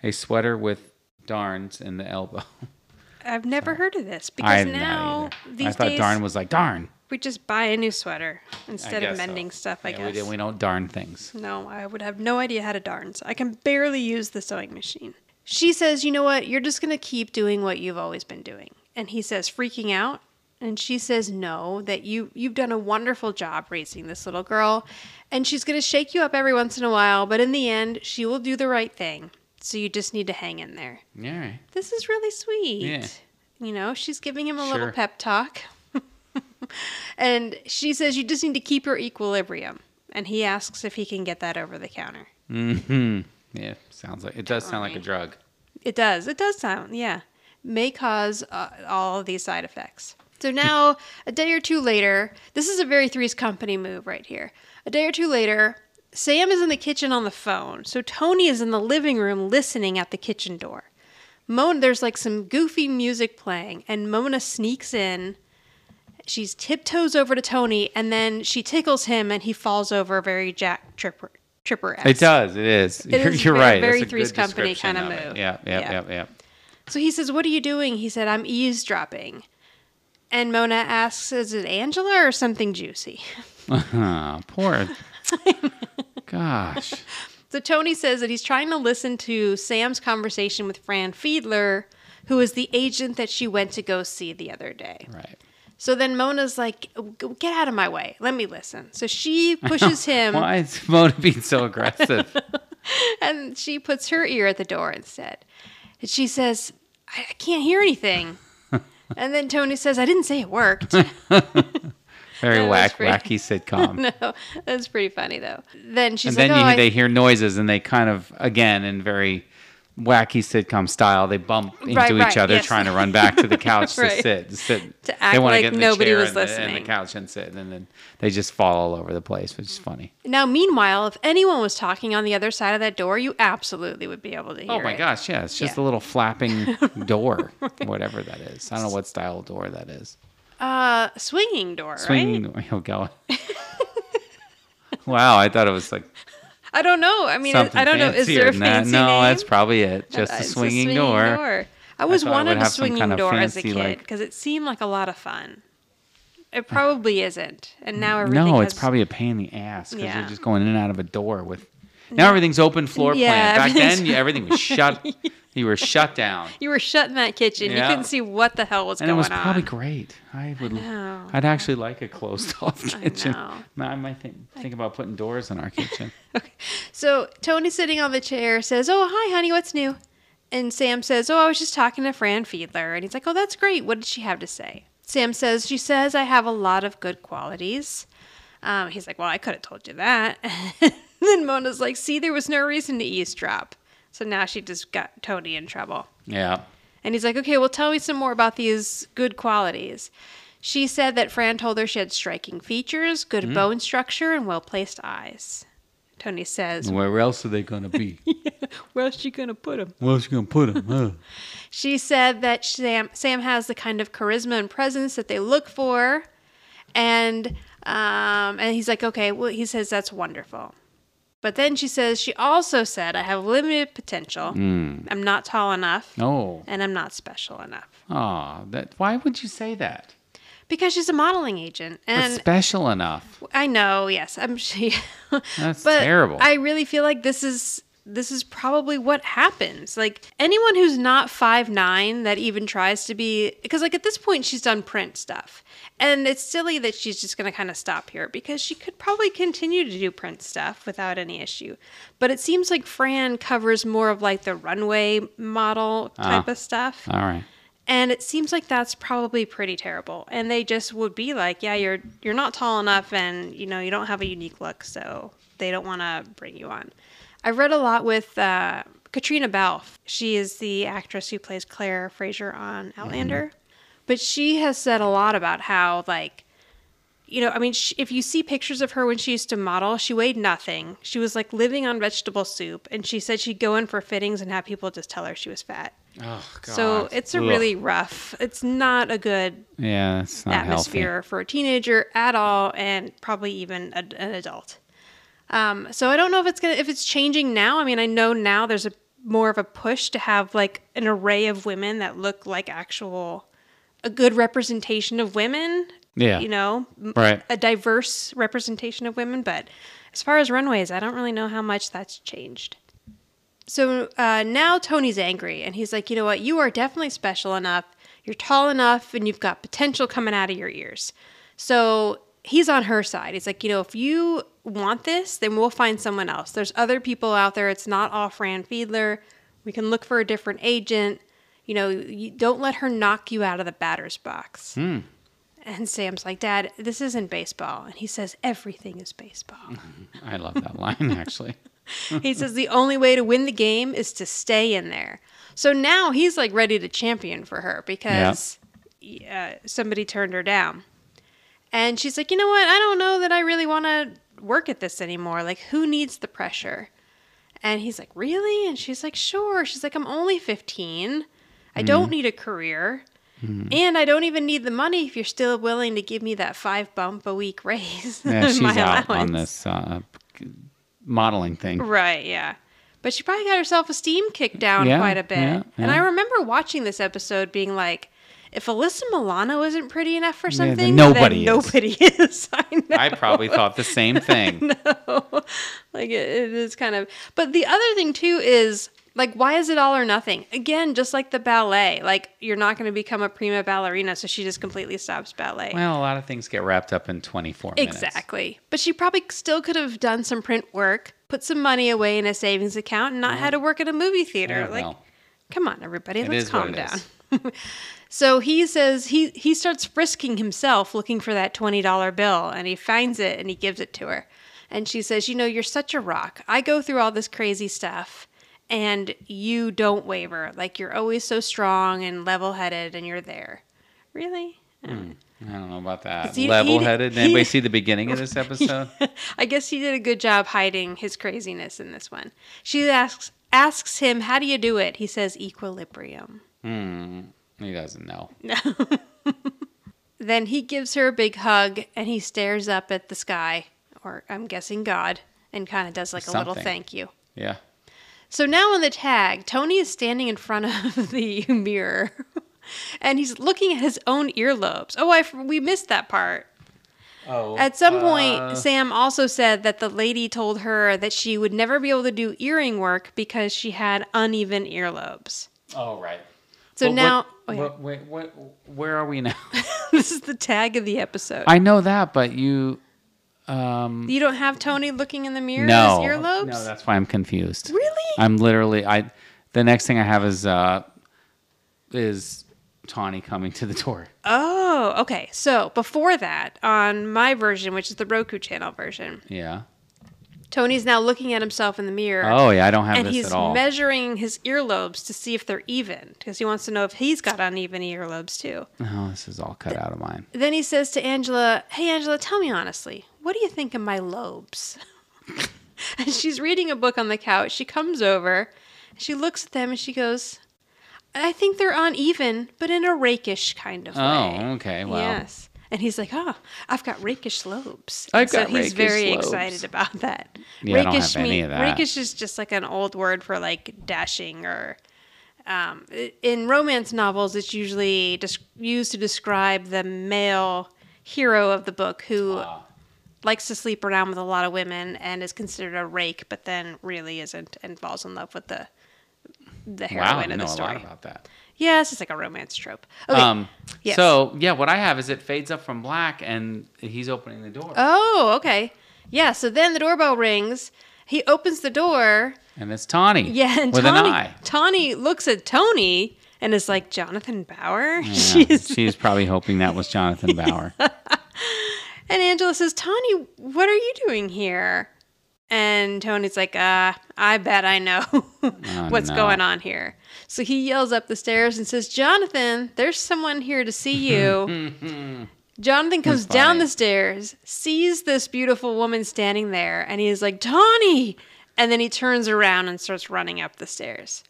Speaker 7: A sweater with darns in the elbow.
Speaker 5: I've never heard of this because
Speaker 7: I'm not
Speaker 5: now
Speaker 7: either.
Speaker 5: these
Speaker 7: I thought
Speaker 5: days
Speaker 7: darn was like darn.
Speaker 5: we just buy a new sweater
Speaker 7: I
Speaker 5: instead of
Speaker 7: guess so.
Speaker 5: mending stuff. I
Speaker 7: Yeah,
Speaker 5: guess.
Speaker 7: we, do- we don't darn things.
Speaker 5: No, I would have no idea how to darn. So I can barely use the sewing machine. She says, "You know what? You're just going to keep doing what you've always been doing." And he says, freaking out, and she says, "No, that you you've done a wonderful job raising this little girl, and she's going to shake you up every once in a while, but in the end, she will do the right thing. So you just need to hang in there."
Speaker 7: Yeah. right.
Speaker 5: this is really sweet.
Speaker 7: Yeah.
Speaker 5: You know, she's giving him a little
Speaker 7: Sure.
Speaker 5: pep talk. and she says, You just need to keep your equilibrium. And he asks if he can get that over the counter.
Speaker 7: Mm-hmm. Yeah. Sounds like it does sound like a drug.
Speaker 5: It does. It does sound, yeah. May cause uh, all of these side effects.
Speaker 7: Hmm.
Speaker 5: So now, a day or two later, this is a very Three's Company move right here. A day or two later, Sam is in the kitchen on the phone. So Tony is in the living room listening at the kitchen door. Mona, there's like some goofy music playing, and Mona sneaks in. She's tiptoes over to Tony, and then she tickles him, and he falls over very Jack Tripper. Tripper.
Speaker 7: It does. It is. you're
Speaker 5: is
Speaker 7: you're
Speaker 5: very-
Speaker 7: right.
Speaker 5: very
Speaker 7: That's a
Speaker 5: Three's
Speaker 7: good
Speaker 5: Company
Speaker 7: description
Speaker 5: kinda
Speaker 7: of it.
Speaker 5: move.
Speaker 7: Yeah, yeah,
Speaker 5: Yeah.
Speaker 7: yeah, yeah.
Speaker 5: So he says, What are you doing? He said, I'm eavesdropping. And Mona asks, Is it Angela or something juicy?
Speaker 7: Ah, poor. Gosh.
Speaker 5: So Tony says that he's trying to listen to Sam's conversation with Fran Fiedler, who is the agent that she went to go see the other day.
Speaker 7: Right.
Speaker 5: So then Mona's like, "Oh, "G- Get out of my way. Let me listen. So she pushes him
Speaker 7: Why is Mona being so aggressive?
Speaker 5: and she puts her ear at the door instead. And she says, I, I can't hear anything. and then Tony says, I didn't say it worked.
Speaker 7: Very
Speaker 5: That was
Speaker 7: whack,
Speaker 5: pretty-
Speaker 7: wacky sitcom.
Speaker 5: no, that's pretty funny though. Then she's
Speaker 7: and then
Speaker 5: like,
Speaker 7: you,
Speaker 5: "Oh, I-
Speaker 7: they hear noises and they kind of, again, in very wacky sitcom style, they bump into
Speaker 5: Right,
Speaker 7: each
Speaker 5: right,
Speaker 7: other
Speaker 5: yes.
Speaker 7: trying to run back to the couch
Speaker 5: Right.
Speaker 7: to sit. To, sit.
Speaker 5: To act
Speaker 7: they wanna
Speaker 5: like
Speaker 7: get in
Speaker 5: nobody
Speaker 7: the chair
Speaker 5: was
Speaker 7: and the- And
Speaker 5: listening.
Speaker 7: the couch and sit. And then they just fall all over the place, which is funny.
Speaker 5: now." Meanwhile, if anyone was talking on the other side of that door, you absolutely would be able to hear.
Speaker 7: Oh my
Speaker 5: it.
Speaker 7: gosh, yeah, it's just
Speaker 5: Yeah.
Speaker 7: a little flapping door, whatever that is. I don't know what style door that is.
Speaker 5: Uh, swinging door,
Speaker 7: Swinging
Speaker 5: right?
Speaker 7: door. Oh god. wow, I thought it was like
Speaker 5: I don't know. I mean, I,
Speaker 7: something
Speaker 5: I don't know. Is
Speaker 7: fancier
Speaker 5: there a
Speaker 7: than that.
Speaker 5: fancy
Speaker 7: No,
Speaker 5: name?
Speaker 7: that's probably it. Just
Speaker 5: Uh,
Speaker 7: a
Speaker 5: it's
Speaker 7: swinging, door.
Speaker 5: I always
Speaker 7: thought it
Speaker 5: wanted
Speaker 7: would
Speaker 5: a
Speaker 7: have some
Speaker 5: swinging
Speaker 7: kind of
Speaker 5: door as a
Speaker 7: fancy,
Speaker 5: kid
Speaker 7: like- Uh,
Speaker 5: because it seemed like a lot of fun. It probably isn't, and now everything.
Speaker 7: No, it's
Speaker 5: has-
Speaker 7: probably a pain in the ass because
Speaker 5: Yeah.
Speaker 7: you're just going in and out of a door with. Now everything's open floor
Speaker 5: Yeah,
Speaker 7: plan. Back then,
Speaker 5: everything's-
Speaker 7: you, everything was shut. You were shut down,
Speaker 5: you were shut in that kitchen. You
Speaker 7: Yeah.
Speaker 5: couldn't see what the hell was
Speaker 7: and it
Speaker 5: going
Speaker 7: was
Speaker 5: on.
Speaker 7: probably great. I would.
Speaker 5: know.
Speaker 7: I'd actually like a closed off kitchen.
Speaker 5: know.
Speaker 7: Now I might think, think about putting doors in our kitchen.
Speaker 5: So Tony sitting on the chair says, Oh, hi, honey, what's new? And Sam says, Oh, I was just talking to Fran Fiedler. And he's like, Oh, that's great. What did she have to say? Sam says, She says, I have a lot of good qualities. Um, he's like, Well, I could have told you that. then Mona's like, See, there was no reason to eavesdrop. So now she just got Tony in trouble.
Speaker 7: yeah.
Speaker 5: And he's like, okay, well, tell me some more about these good qualities. She said that Fran told her she had striking features, good bone structure, and well placed eyes. Tony says,
Speaker 7: Where else are they going to be?
Speaker 5: where's she going to put him?
Speaker 7: Where else you going to put them? Huh?
Speaker 5: She said that Sam, Sam has the kind of charisma and presence that they look for. And, um, and he's like, okay, well, he says that's wonderful. But then she says, she also said, I have limited potential. I'm not tall enough,
Speaker 7: Hmm. No.
Speaker 5: and I'm not special enough.
Speaker 7: Oh, that, why would you say that?
Speaker 5: Because she's a modeling agent.
Speaker 7: It's
Speaker 5: And
Speaker 7: special enough.
Speaker 5: I know. Yes, I'm. She,
Speaker 7: That's
Speaker 5: but
Speaker 7: terrible.
Speaker 5: I really feel like this is this is probably what happens. Like anyone who's not five nine that even tries to be, because like at this point she's done print stuff, and it's silly that she's just going to kind of stop here because she could probably continue to do print stuff without any issue. But it seems like Fran covers more of like the runway model
Speaker 7: Uh-huh.
Speaker 5: type of stuff.
Speaker 7: All right.
Speaker 5: And it seems like that's probably pretty terrible. And they just would be like, "Yeah, you're you're not tall enough, and you know you don't have a unique look, so they don't want to bring you on." I read a lot with uh, Katrina Balfe. She is the actress who plays Claire Fraser on Outlander, but she has said a lot about how like you know, I mean, sh if you see pictures of her when she used to model, she weighed nothing. She was like living on vegetable soup, and she said she'd go in for fittings and have people just tell her she was fat.
Speaker 7: Oh God.
Speaker 5: So it's a
Speaker 7: Ugh.
Speaker 5: really rough. It's not a good
Speaker 7: yeah, that's not
Speaker 5: atmosphere for a teenager at all, and probably even a, an adult. Um, so I don't know if it's gonna if it's changing now. I mean, I know now there's a more of a push to have like an array of women that look like actual a good representation of women.
Speaker 7: Yeah.
Speaker 5: you know, m-
Speaker 7: Right.
Speaker 5: a diverse representation of women. But as far as runways, I don't really know how much that's changed. So uh, now Tony's angry and he's like, you know what? You are definitely special enough. You're tall enough and you've got potential coming out of your ears. So he's on her side. He's like, you know, if you want this, then we'll find someone else. There's other people out there. It's not all Fran Fiedler. We can look for a different agent. You know, you don't let her knock you out of the batter's box. And Sam's like, Dad, this isn't baseball. And he says, everything is baseball.
Speaker 7: fair. I love that line actually.
Speaker 5: He says the only way to win the game is to stay in there. So now he's like ready to champion for her because uh, somebody turned her down. And she's like, you know what? I don't know that I really want to work at this anymore. Like, who needs the pressure? And he's like, really? And she's like, sure. She's like, I'm only 15.
Speaker 7: Hmm.
Speaker 5: I don't need a career. And I don't even need the money if you're still willing to give me that five bump a week raise.
Speaker 7: Yeah,
Speaker 5: in
Speaker 7: she's
Speaker 5: my
Speaker 7: out on
Speaker 5: allowance."
Speaker 7: this uh, modeling thing.
Speaker 5: Right, yeah. But she probably got her self esteem kicked down
Speaker 7: Yeah,
Speaker 5: quite a bit.
Speaker 7: yeah,
Speaker 5: And I
Speaker 7: yeah.
Speaker 5: remember watching this episode being like, if Alyssa Milano isn't pretty enough for
Speaker 7: then
Speaker 5: something,
Speaker 7: nobody is.
Speaker 5: then nobody is. I know.
Speaker 7: I probably thought the same thing.
Speaker 5: like it, it is kind of but the other thing too is like why is it all or nothing again just like the ballet like you're not going to become a prima ballerina so she just completely stops ballet
Speaker 7: Well, a lot of things get wrapped up in 24 minutes.
Speaker 5: Exactly. But she probably still could have done some print work, put some money away in a savings account, and not had to work at a movie theater.
Speaker 7: Yeah,
Speaker 5: like,
Speaker 7: well.
Speaker 5: come on, everybody,
Speaker 7: It
Speaker 5: let's
Speaker 7: is what
Speaker 5: calm
Speaker 7: it
Speaker 5: down.
Speaker 7: is.
Speaker 5: so he says he he starts frisking himself looking for that twenty dollar bill, and he finds it and he gives it to her. And she says, "You know, you're such a rock. I go through all this crazy stuff." And you don't waver. Like you're always so strong and level headed, and you're there. Really?
Speaker 7: I don't know about that.
Speaker 5: he- he-
Speaker 7: Level headed. Did anybody
Speaker 5: he-
Speaker 7: see the beginning of this episode?
Speaker 5: I guess he did a good job hiding his craziness in this one. She asks asks him, "How do you do it?" He says, "Equilibrium."
Speaker 7: Hmm. He doesn't know.
Speaker 5: Then he gives her a big hug and he stares up at the sky, or I'm guessing God, and kind of does like a little
Speaker 7: Something.
Speaker 5: thank you.
Speaker 7: Yeah.
Speaker 5: So now on the tag, Tony is standing in front of the mirror and he's looking at his own earlobes. Oh, I f- we missed that part.
Speaker 7: Oh.
Speaker 5: At some point, Sam also said that the lady told her that she would never be able to do earring work because she had uneven earlobes.
Speaker 7: oh, right.
Speaker 5: So
Speaker 7: But
Speaker 5: now, oh,
Speaker 7: What,
Speaker 5: yeah.
Speaker 7: what, wait, what, where are we now?
Speaker 5: this is the tag of the episode.
Speaker 7: I know that, but you.
Speaker 5: you don't have Tony looking in the mirror at
Speaker 7: No.
Speaker 5: his earlobes?
Speaker 7: No, that's why I'm confused.
Speaker 5: Really?
Speaker 7: I'm literally. I. The next thing I have is. uh Is Tawny coming to the door?
Speaker 5: oh, okay. So before that, on my version, which is the Roku channel version,
Speaker 7: Yeah.
Speaker 5: Tony's now looking at himself in the mirror.
Speaker 7: Oh yeah, I don't have
Speaker 5: and
Speaker 7: this
Speaker 5: he's
Speaker 7: at all.
Speaker 5: measuring his earlobes to see if they're even because he wants to know if he's got uneven earlobes too.
Speaker 7: oh, this is all cut out of mine.
Speaker 5: Then he says to Angela, Hey, Angela, tell me honestly, what do you think of my lobes? and she's reading a book on the couch. She comes over, she looks at them, and she goes, I think they're uneven, but in a rakish kind of way.
Speaker 7: Oh, okay. Well,
Speaker 5: Yes. And he's like, Oh, I've got rakish lobes.
Speaker 7: I've
Speaker 5: so
Speaker 7: got
Speaker 5: he's
Speaker 7: rakish
Speaker 5: very
Speaker 7: lobes.
Speaker 5: excited about that.
Speaker 7: Yeah, I don't have any
Speaker 5: mean-
Speaker 7: of that.
Speaker 5: rakish is just like an old word for like dashing or um, i- in romance novels, it's usually des- used to describe the male hero of the book who likes to sleep around with a lot of women and is considered a rake, but then really isn't and falls in love with the the
Speaker 7: Wow, I
Speaker 5: heroine
Speaker 7: know
Speaker 5: of the
Speaker 7: a
Speaker 5: story.
Speaker 7: lot about that.
Speaker 5: yeah, it's just like a romance trope. Okay.
Speaker 7: Um,
Speaker 5: Yes.
Speaker 7: So yeah, what I have is it fades up from black, and he's opening the door,
Speaker 5: oh, okay. Yeah. So then the doorbell rings. He opens the door.
Speaker 7: and it's Tawny.
Speaker 5: Yeah, and
Speaker 7: with
Speaker 5: Tawny,
Speaker 7: an eye.
Speaker 5: Tawny looks at Tony and is like, Jonathan Bauer?
Speaker 7: Yeah,
Speaker 5: She's,
Speaker 7: she's probably hoping that was Jonathan Bauer.
Speaker 5: and Angela says, Tawny, what are you doing here? And Tony's like, uh, I bet I know what's
Speaker 7: Oh, no.
Speaker 5: going on here. So he yells up the stairs and says, Jonathan, there's someone here to see you. Jonathan comes down the stairs, sees this beautiful woman standing there, and he is like, Tawny! And then he turns around and starts running up the stairs.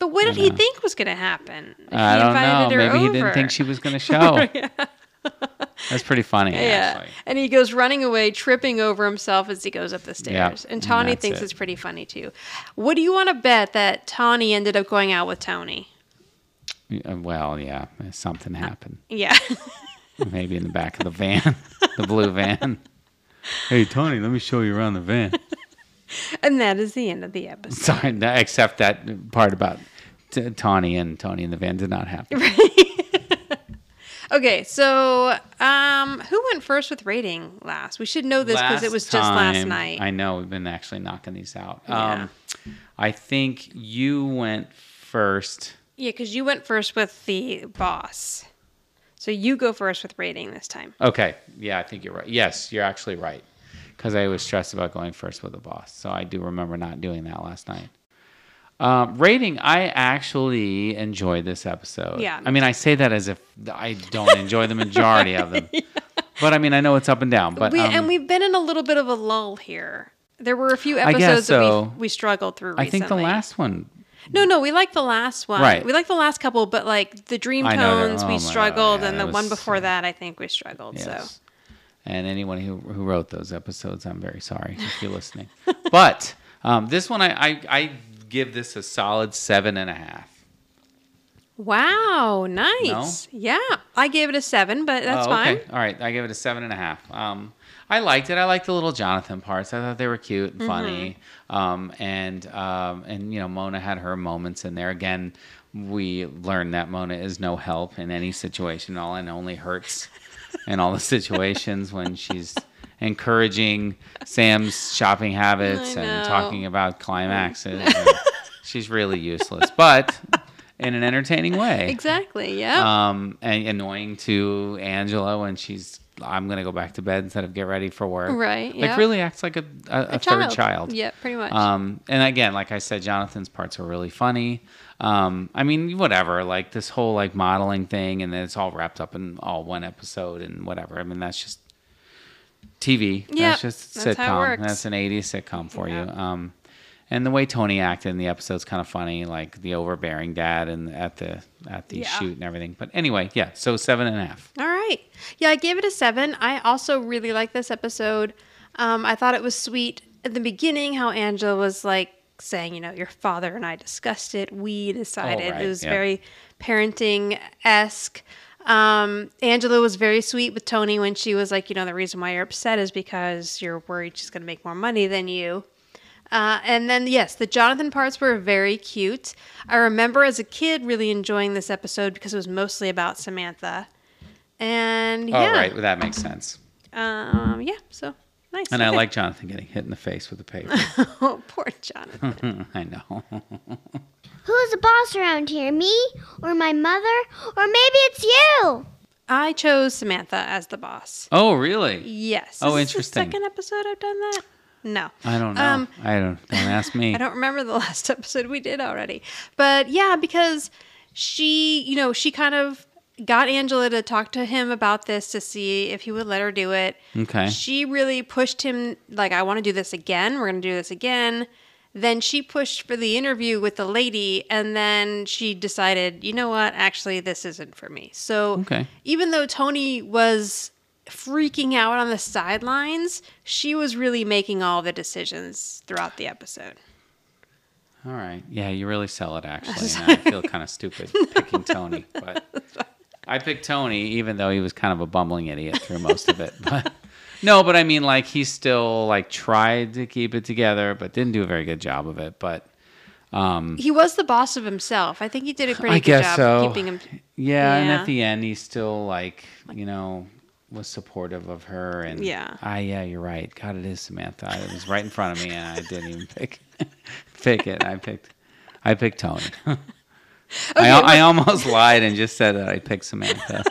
Speaker 5: But what did he think was going to happen? if
Speaker 7: I
Speaker 5: he
Speaker 7: don't know.
Speaker 5: invited her
Speaker 7: Maybe he didn't
Speaker 5: over?
Speaker 7: think she was going to show. That's pretty funny,
Speaker 5: Yeah.
Speaker 7: actually.
Speaker 5: And he goes running away, tripping over himself as he goes up the stairs.
Speaker 7: and
Speaker 5: And Tawny
Speaker 7: that's
Speaker 5: thinks
Speaker 7: it.
Speaker 5: it's pretty funny too. What do you want to bet that Tawny ended up going out with Tony?
Speaker 7: Yeah, Well, yeah, something happened.
Speaker 5: Yeah.
Speaker 7: Maybe in the back of the van, the blue van. Hey, Tony, let me show you around the van.
Speaker 5: and that is the end of the episode.
Speaker 7: Sorry, no, except that part about t- Tawny and Tony in the van did not happen.
Speaker 5: Okay, so um who went first with rating last? We should know this because it was just last
Speaker 7: time-
Speaker 5: night.
Speaker 7: I know we've been actually knocking these out.
Speaker 5: Yeah.
Speaker 7: Um, I think you went first.
Speaker 5: yeah, because you went first with the boss. So you go first with rating this time.
Speaker 7: Okay. Yeah, I think you're right. Yes, you're actually right. Because I was stressed about going first with the boss. So I do remember not doing that last night. Uh, rating, I actually enjoyed this episode.
Speaker 5: Yeah, me
Speaker 7: I mean, I say that as if I don't enjoy the majority of them. But I mean, I know it's up and down. But
Speaker 5: we,
Speaker 7: um,
Speaker 5: and we've been in a little bit of a lull here. There were a few
Speaker 7: I guess
Speaker 5: episodes that
Speaker 7: so.
Speaker 5: we, we struggled through
Speaker 7: I
Speaker 5: recently.
Speaker 7: think the last one,
Speaker 5: No, no, we like the last one.
Speaker 7: Right.
Speaker 5: We like the last couple, but like the dream
Speaker 7: I know they're-
Speaker 5: cones,
Speaker 7: oh
Speaker 5: we
Speaker 7: my-
Speaker 5: struggled,
Speaker 7: yeah,
Speaker 5: and
Speaker 7: that
Speaker 5: the one
Speaker 7: was-
Speaker 5: before that, I think we struggled.
Speaker 7: yes.
Speaker 5: So
Speaker 7: And anyone who, who wrote those episodes, I'm very sorry if you're listening. but um, this one, I, I, I give this a solid seven and a half.
Speaker 5: wow, nice. Yeah, I gave it a seven, but that's
Speaker 7: Oh, okay.
Speaker 5: fine.
Speaker 7: All right, I give it a seven and a half. Um, I liked it. I liked the little Jonathan parts. I thought they were cute
Speaker 5: Mm-hmm.
Speaker 7: and funny. Um, and um, and you know, Mona had her moments in there. Again, we learned that Mona is no help in any situation at all, and only hurts in all the situations when she's encouraging Sam's shopping habits
Speaker 5: I
Speaker 7: and
Speaker 5: know.
Speaker 7: talking about climaxes. And she's really useless, but in an entertaining way
Speaker 5: Exactly. Yeah.
Speaker 7: um, and annoying to Angela when she's I'm gonna go back to bed instead of get ready for work.
Speaker 5: Right,
Speaker 7: Like
Speaker 5: yeah.
Speaker 7: really acts like a, a, a, third child.
Speaker 5: Yeah, pretty much.
Speaker 7: Um, and again, like I said, Jonathan's parts are really funny. Um, I mean, whatever. Like this whole like modeling thing, and then it's all wrapped up in all one episode and whatever. I mean, that's just TV.
Speaker 5: Yeah,
Speaker 7: that's just
Speaker 5: that's
Speaker 7: sitcom.
Speaker 5: how it works.
Speaker 7: That's an '80s sitcom for you. Um, and the way Tony acted in the episode's kind of funny, like the overbearing dad and at the at the
Speaker 5: Yeah.
Speaker 7: shoot and everything. But anyway, yeah. So seven and a half.
Speaker 5: All right. Yeah, I gave it a seven. I also really liked this episode. Um, I thought it was sweet at the beginning how Angela was like saying, you know, your father and I discussed it. We decided
Speaker 7: right,
Speaker 5: it was
Speaker 7: yeah.
Speaker 5: very parenting esque. Um, Angela was very sweet with Tony when she was like, you know, the reason why you're upset is because you're worried she's going to make more money than you. Uh, and then, yes, the Jonathan parts were very cute. I remember as a kid really enjoying this episode because it was mostly about Samantha. And yeah,
Speaker 7: All Oh, right, well, that makes sense.
Speaker 5: um, yeah, so nice.
Speaker 7: And I
Speaker 5: Okay.
Speaker 7: like Jonathan getting hit in the face with the paper.
Speaker 5: oh, poor Jonathan.
Speaker 7: I know.
Speaker 2: Who's the boss around here? Me or my mother? Or maybe it's you.
Speaker 5: I chose Samantha as the boss.
Speaker 7: Oh, really?
Speaker 5: Yes.
Speaker 7: Oh,
Speaker 5: Is this the
Speaker 7: interesting.
Speaker 5: second episode I've done that. No,
Speaker 7: I don't know.
Speaker 5: Um,
Speaker 7: I don't. Don't ask me.
Speaker 5: I don't remember the last episode we did already. But yeah, because she, you know, she kind of got Angela to talk to him about this to see if he would let her do it.
Speaker 7: Okay.
Speaker 5: She really pushed him, like, I want to do this again. We're going to do this again. Then she pushed for the interview with the lady, and then she decided, you know what? Actually, this isn't for me. So
Speaker 7: Okay.
Speaker 5: even though Tony was freaking out on the sidelines, she was really making all the decisions throughout the episode.
Speaker 7: All right. Yeah, you really sell it actually. and I feel kind of stupid picking Tony, but I picked Tony even though he was kind of a bumbling idiot through most of it. But No, but I mean, like he still like tried to keep it together, but didn't do a very good job of it. But
Speaker 5: He was the boss of himself. I think he did a pretty
Speaker 7: Hmm. I
Speaker 5: good
Speaker 7: guess
Speaker 5: job
Speaker 7: so.
Speaker 5: of keeping him.
Speaker 7: yeah, and
Speaker 5: Yeah.
Speaker 7: at the end, he still like you know was supportive of her and
Speaker 5: Yeah.
Speaker 7: Ah, yeah, you're right. God, it is Samantha. I- It was right in front of me, and I didn't even pick pick it. I picked I picked Tony. I, al- I almost lied and just said that I picked Samantha,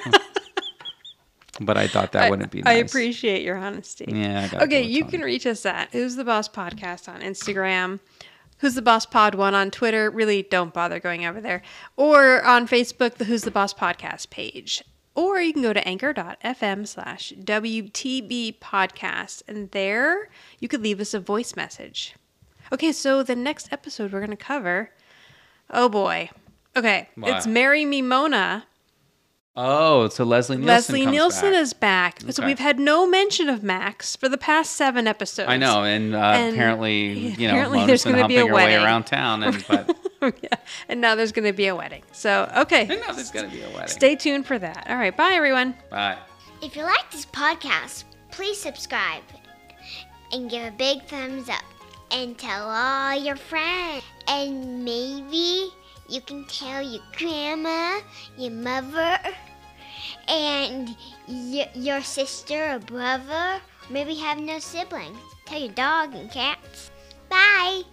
Speaker 7: but I thought that wouldn't be. Nice.
Speaker 5: I appreciate your honesty.
Speaker 7: Yeah. I gotta go
Speaker 5: Okay,
Speaker 7: with
Speaker 5: you
Speaker 7: Tony.
Speaker 5: can reach us at Who's the Boss Podcast on Instagram, Who's the Boss Pod One on Twitter. Really, don't bother going over there, or on Facebook, the Who's the Boss Podcast page, or you can go to anchor.fm slash WTB Podcast, and there you could leave us a voice message. Okay, so the next episode we're going to cover. Oh boy. Okay, it's
Speaker 7: What?
Speaker 5: Marry Me Mona.
Speaker 7: Oh, so Leslie Nielsen.
Speaker 5: Leslie
Speaker 7: comes
Speaker 5: Nielsen
Speaker 7: back.
Speaker 5: is back. So
Speaker 7: Okay.
Speaker 5: we've had no mention of Max for the past seven episodes.
Speaker 7: I know, and, uh,
Speaker 5: And
Speaker 7: apparently, you know,
Speaker 5: apparently
Speaker 7: apparently
Speaker 5: there's
Speaker 7: going
Speaker 5: gonna
Speaker 7: to
Speaker 5: be a
Speaker 7: your way
Speaker 5: wedding.
Speaker 7: around town, and but
Speaker 5: yeah. And now there's going to be a wedding. So, okay.
Speaker 7: I know there's going to be a wedding.
Speaker 5: Stay tuned for that. All right. Bye, everyone.
Speaker 7: Bye.
Speaker 2: If you like this podcast, please subscribe and give a big thumbs up and tell all your friends. And maybe you can tell your grandma, your mother, and y- your sister or brother. Maybe you have no siblings. Tell your dog and cats. Bye!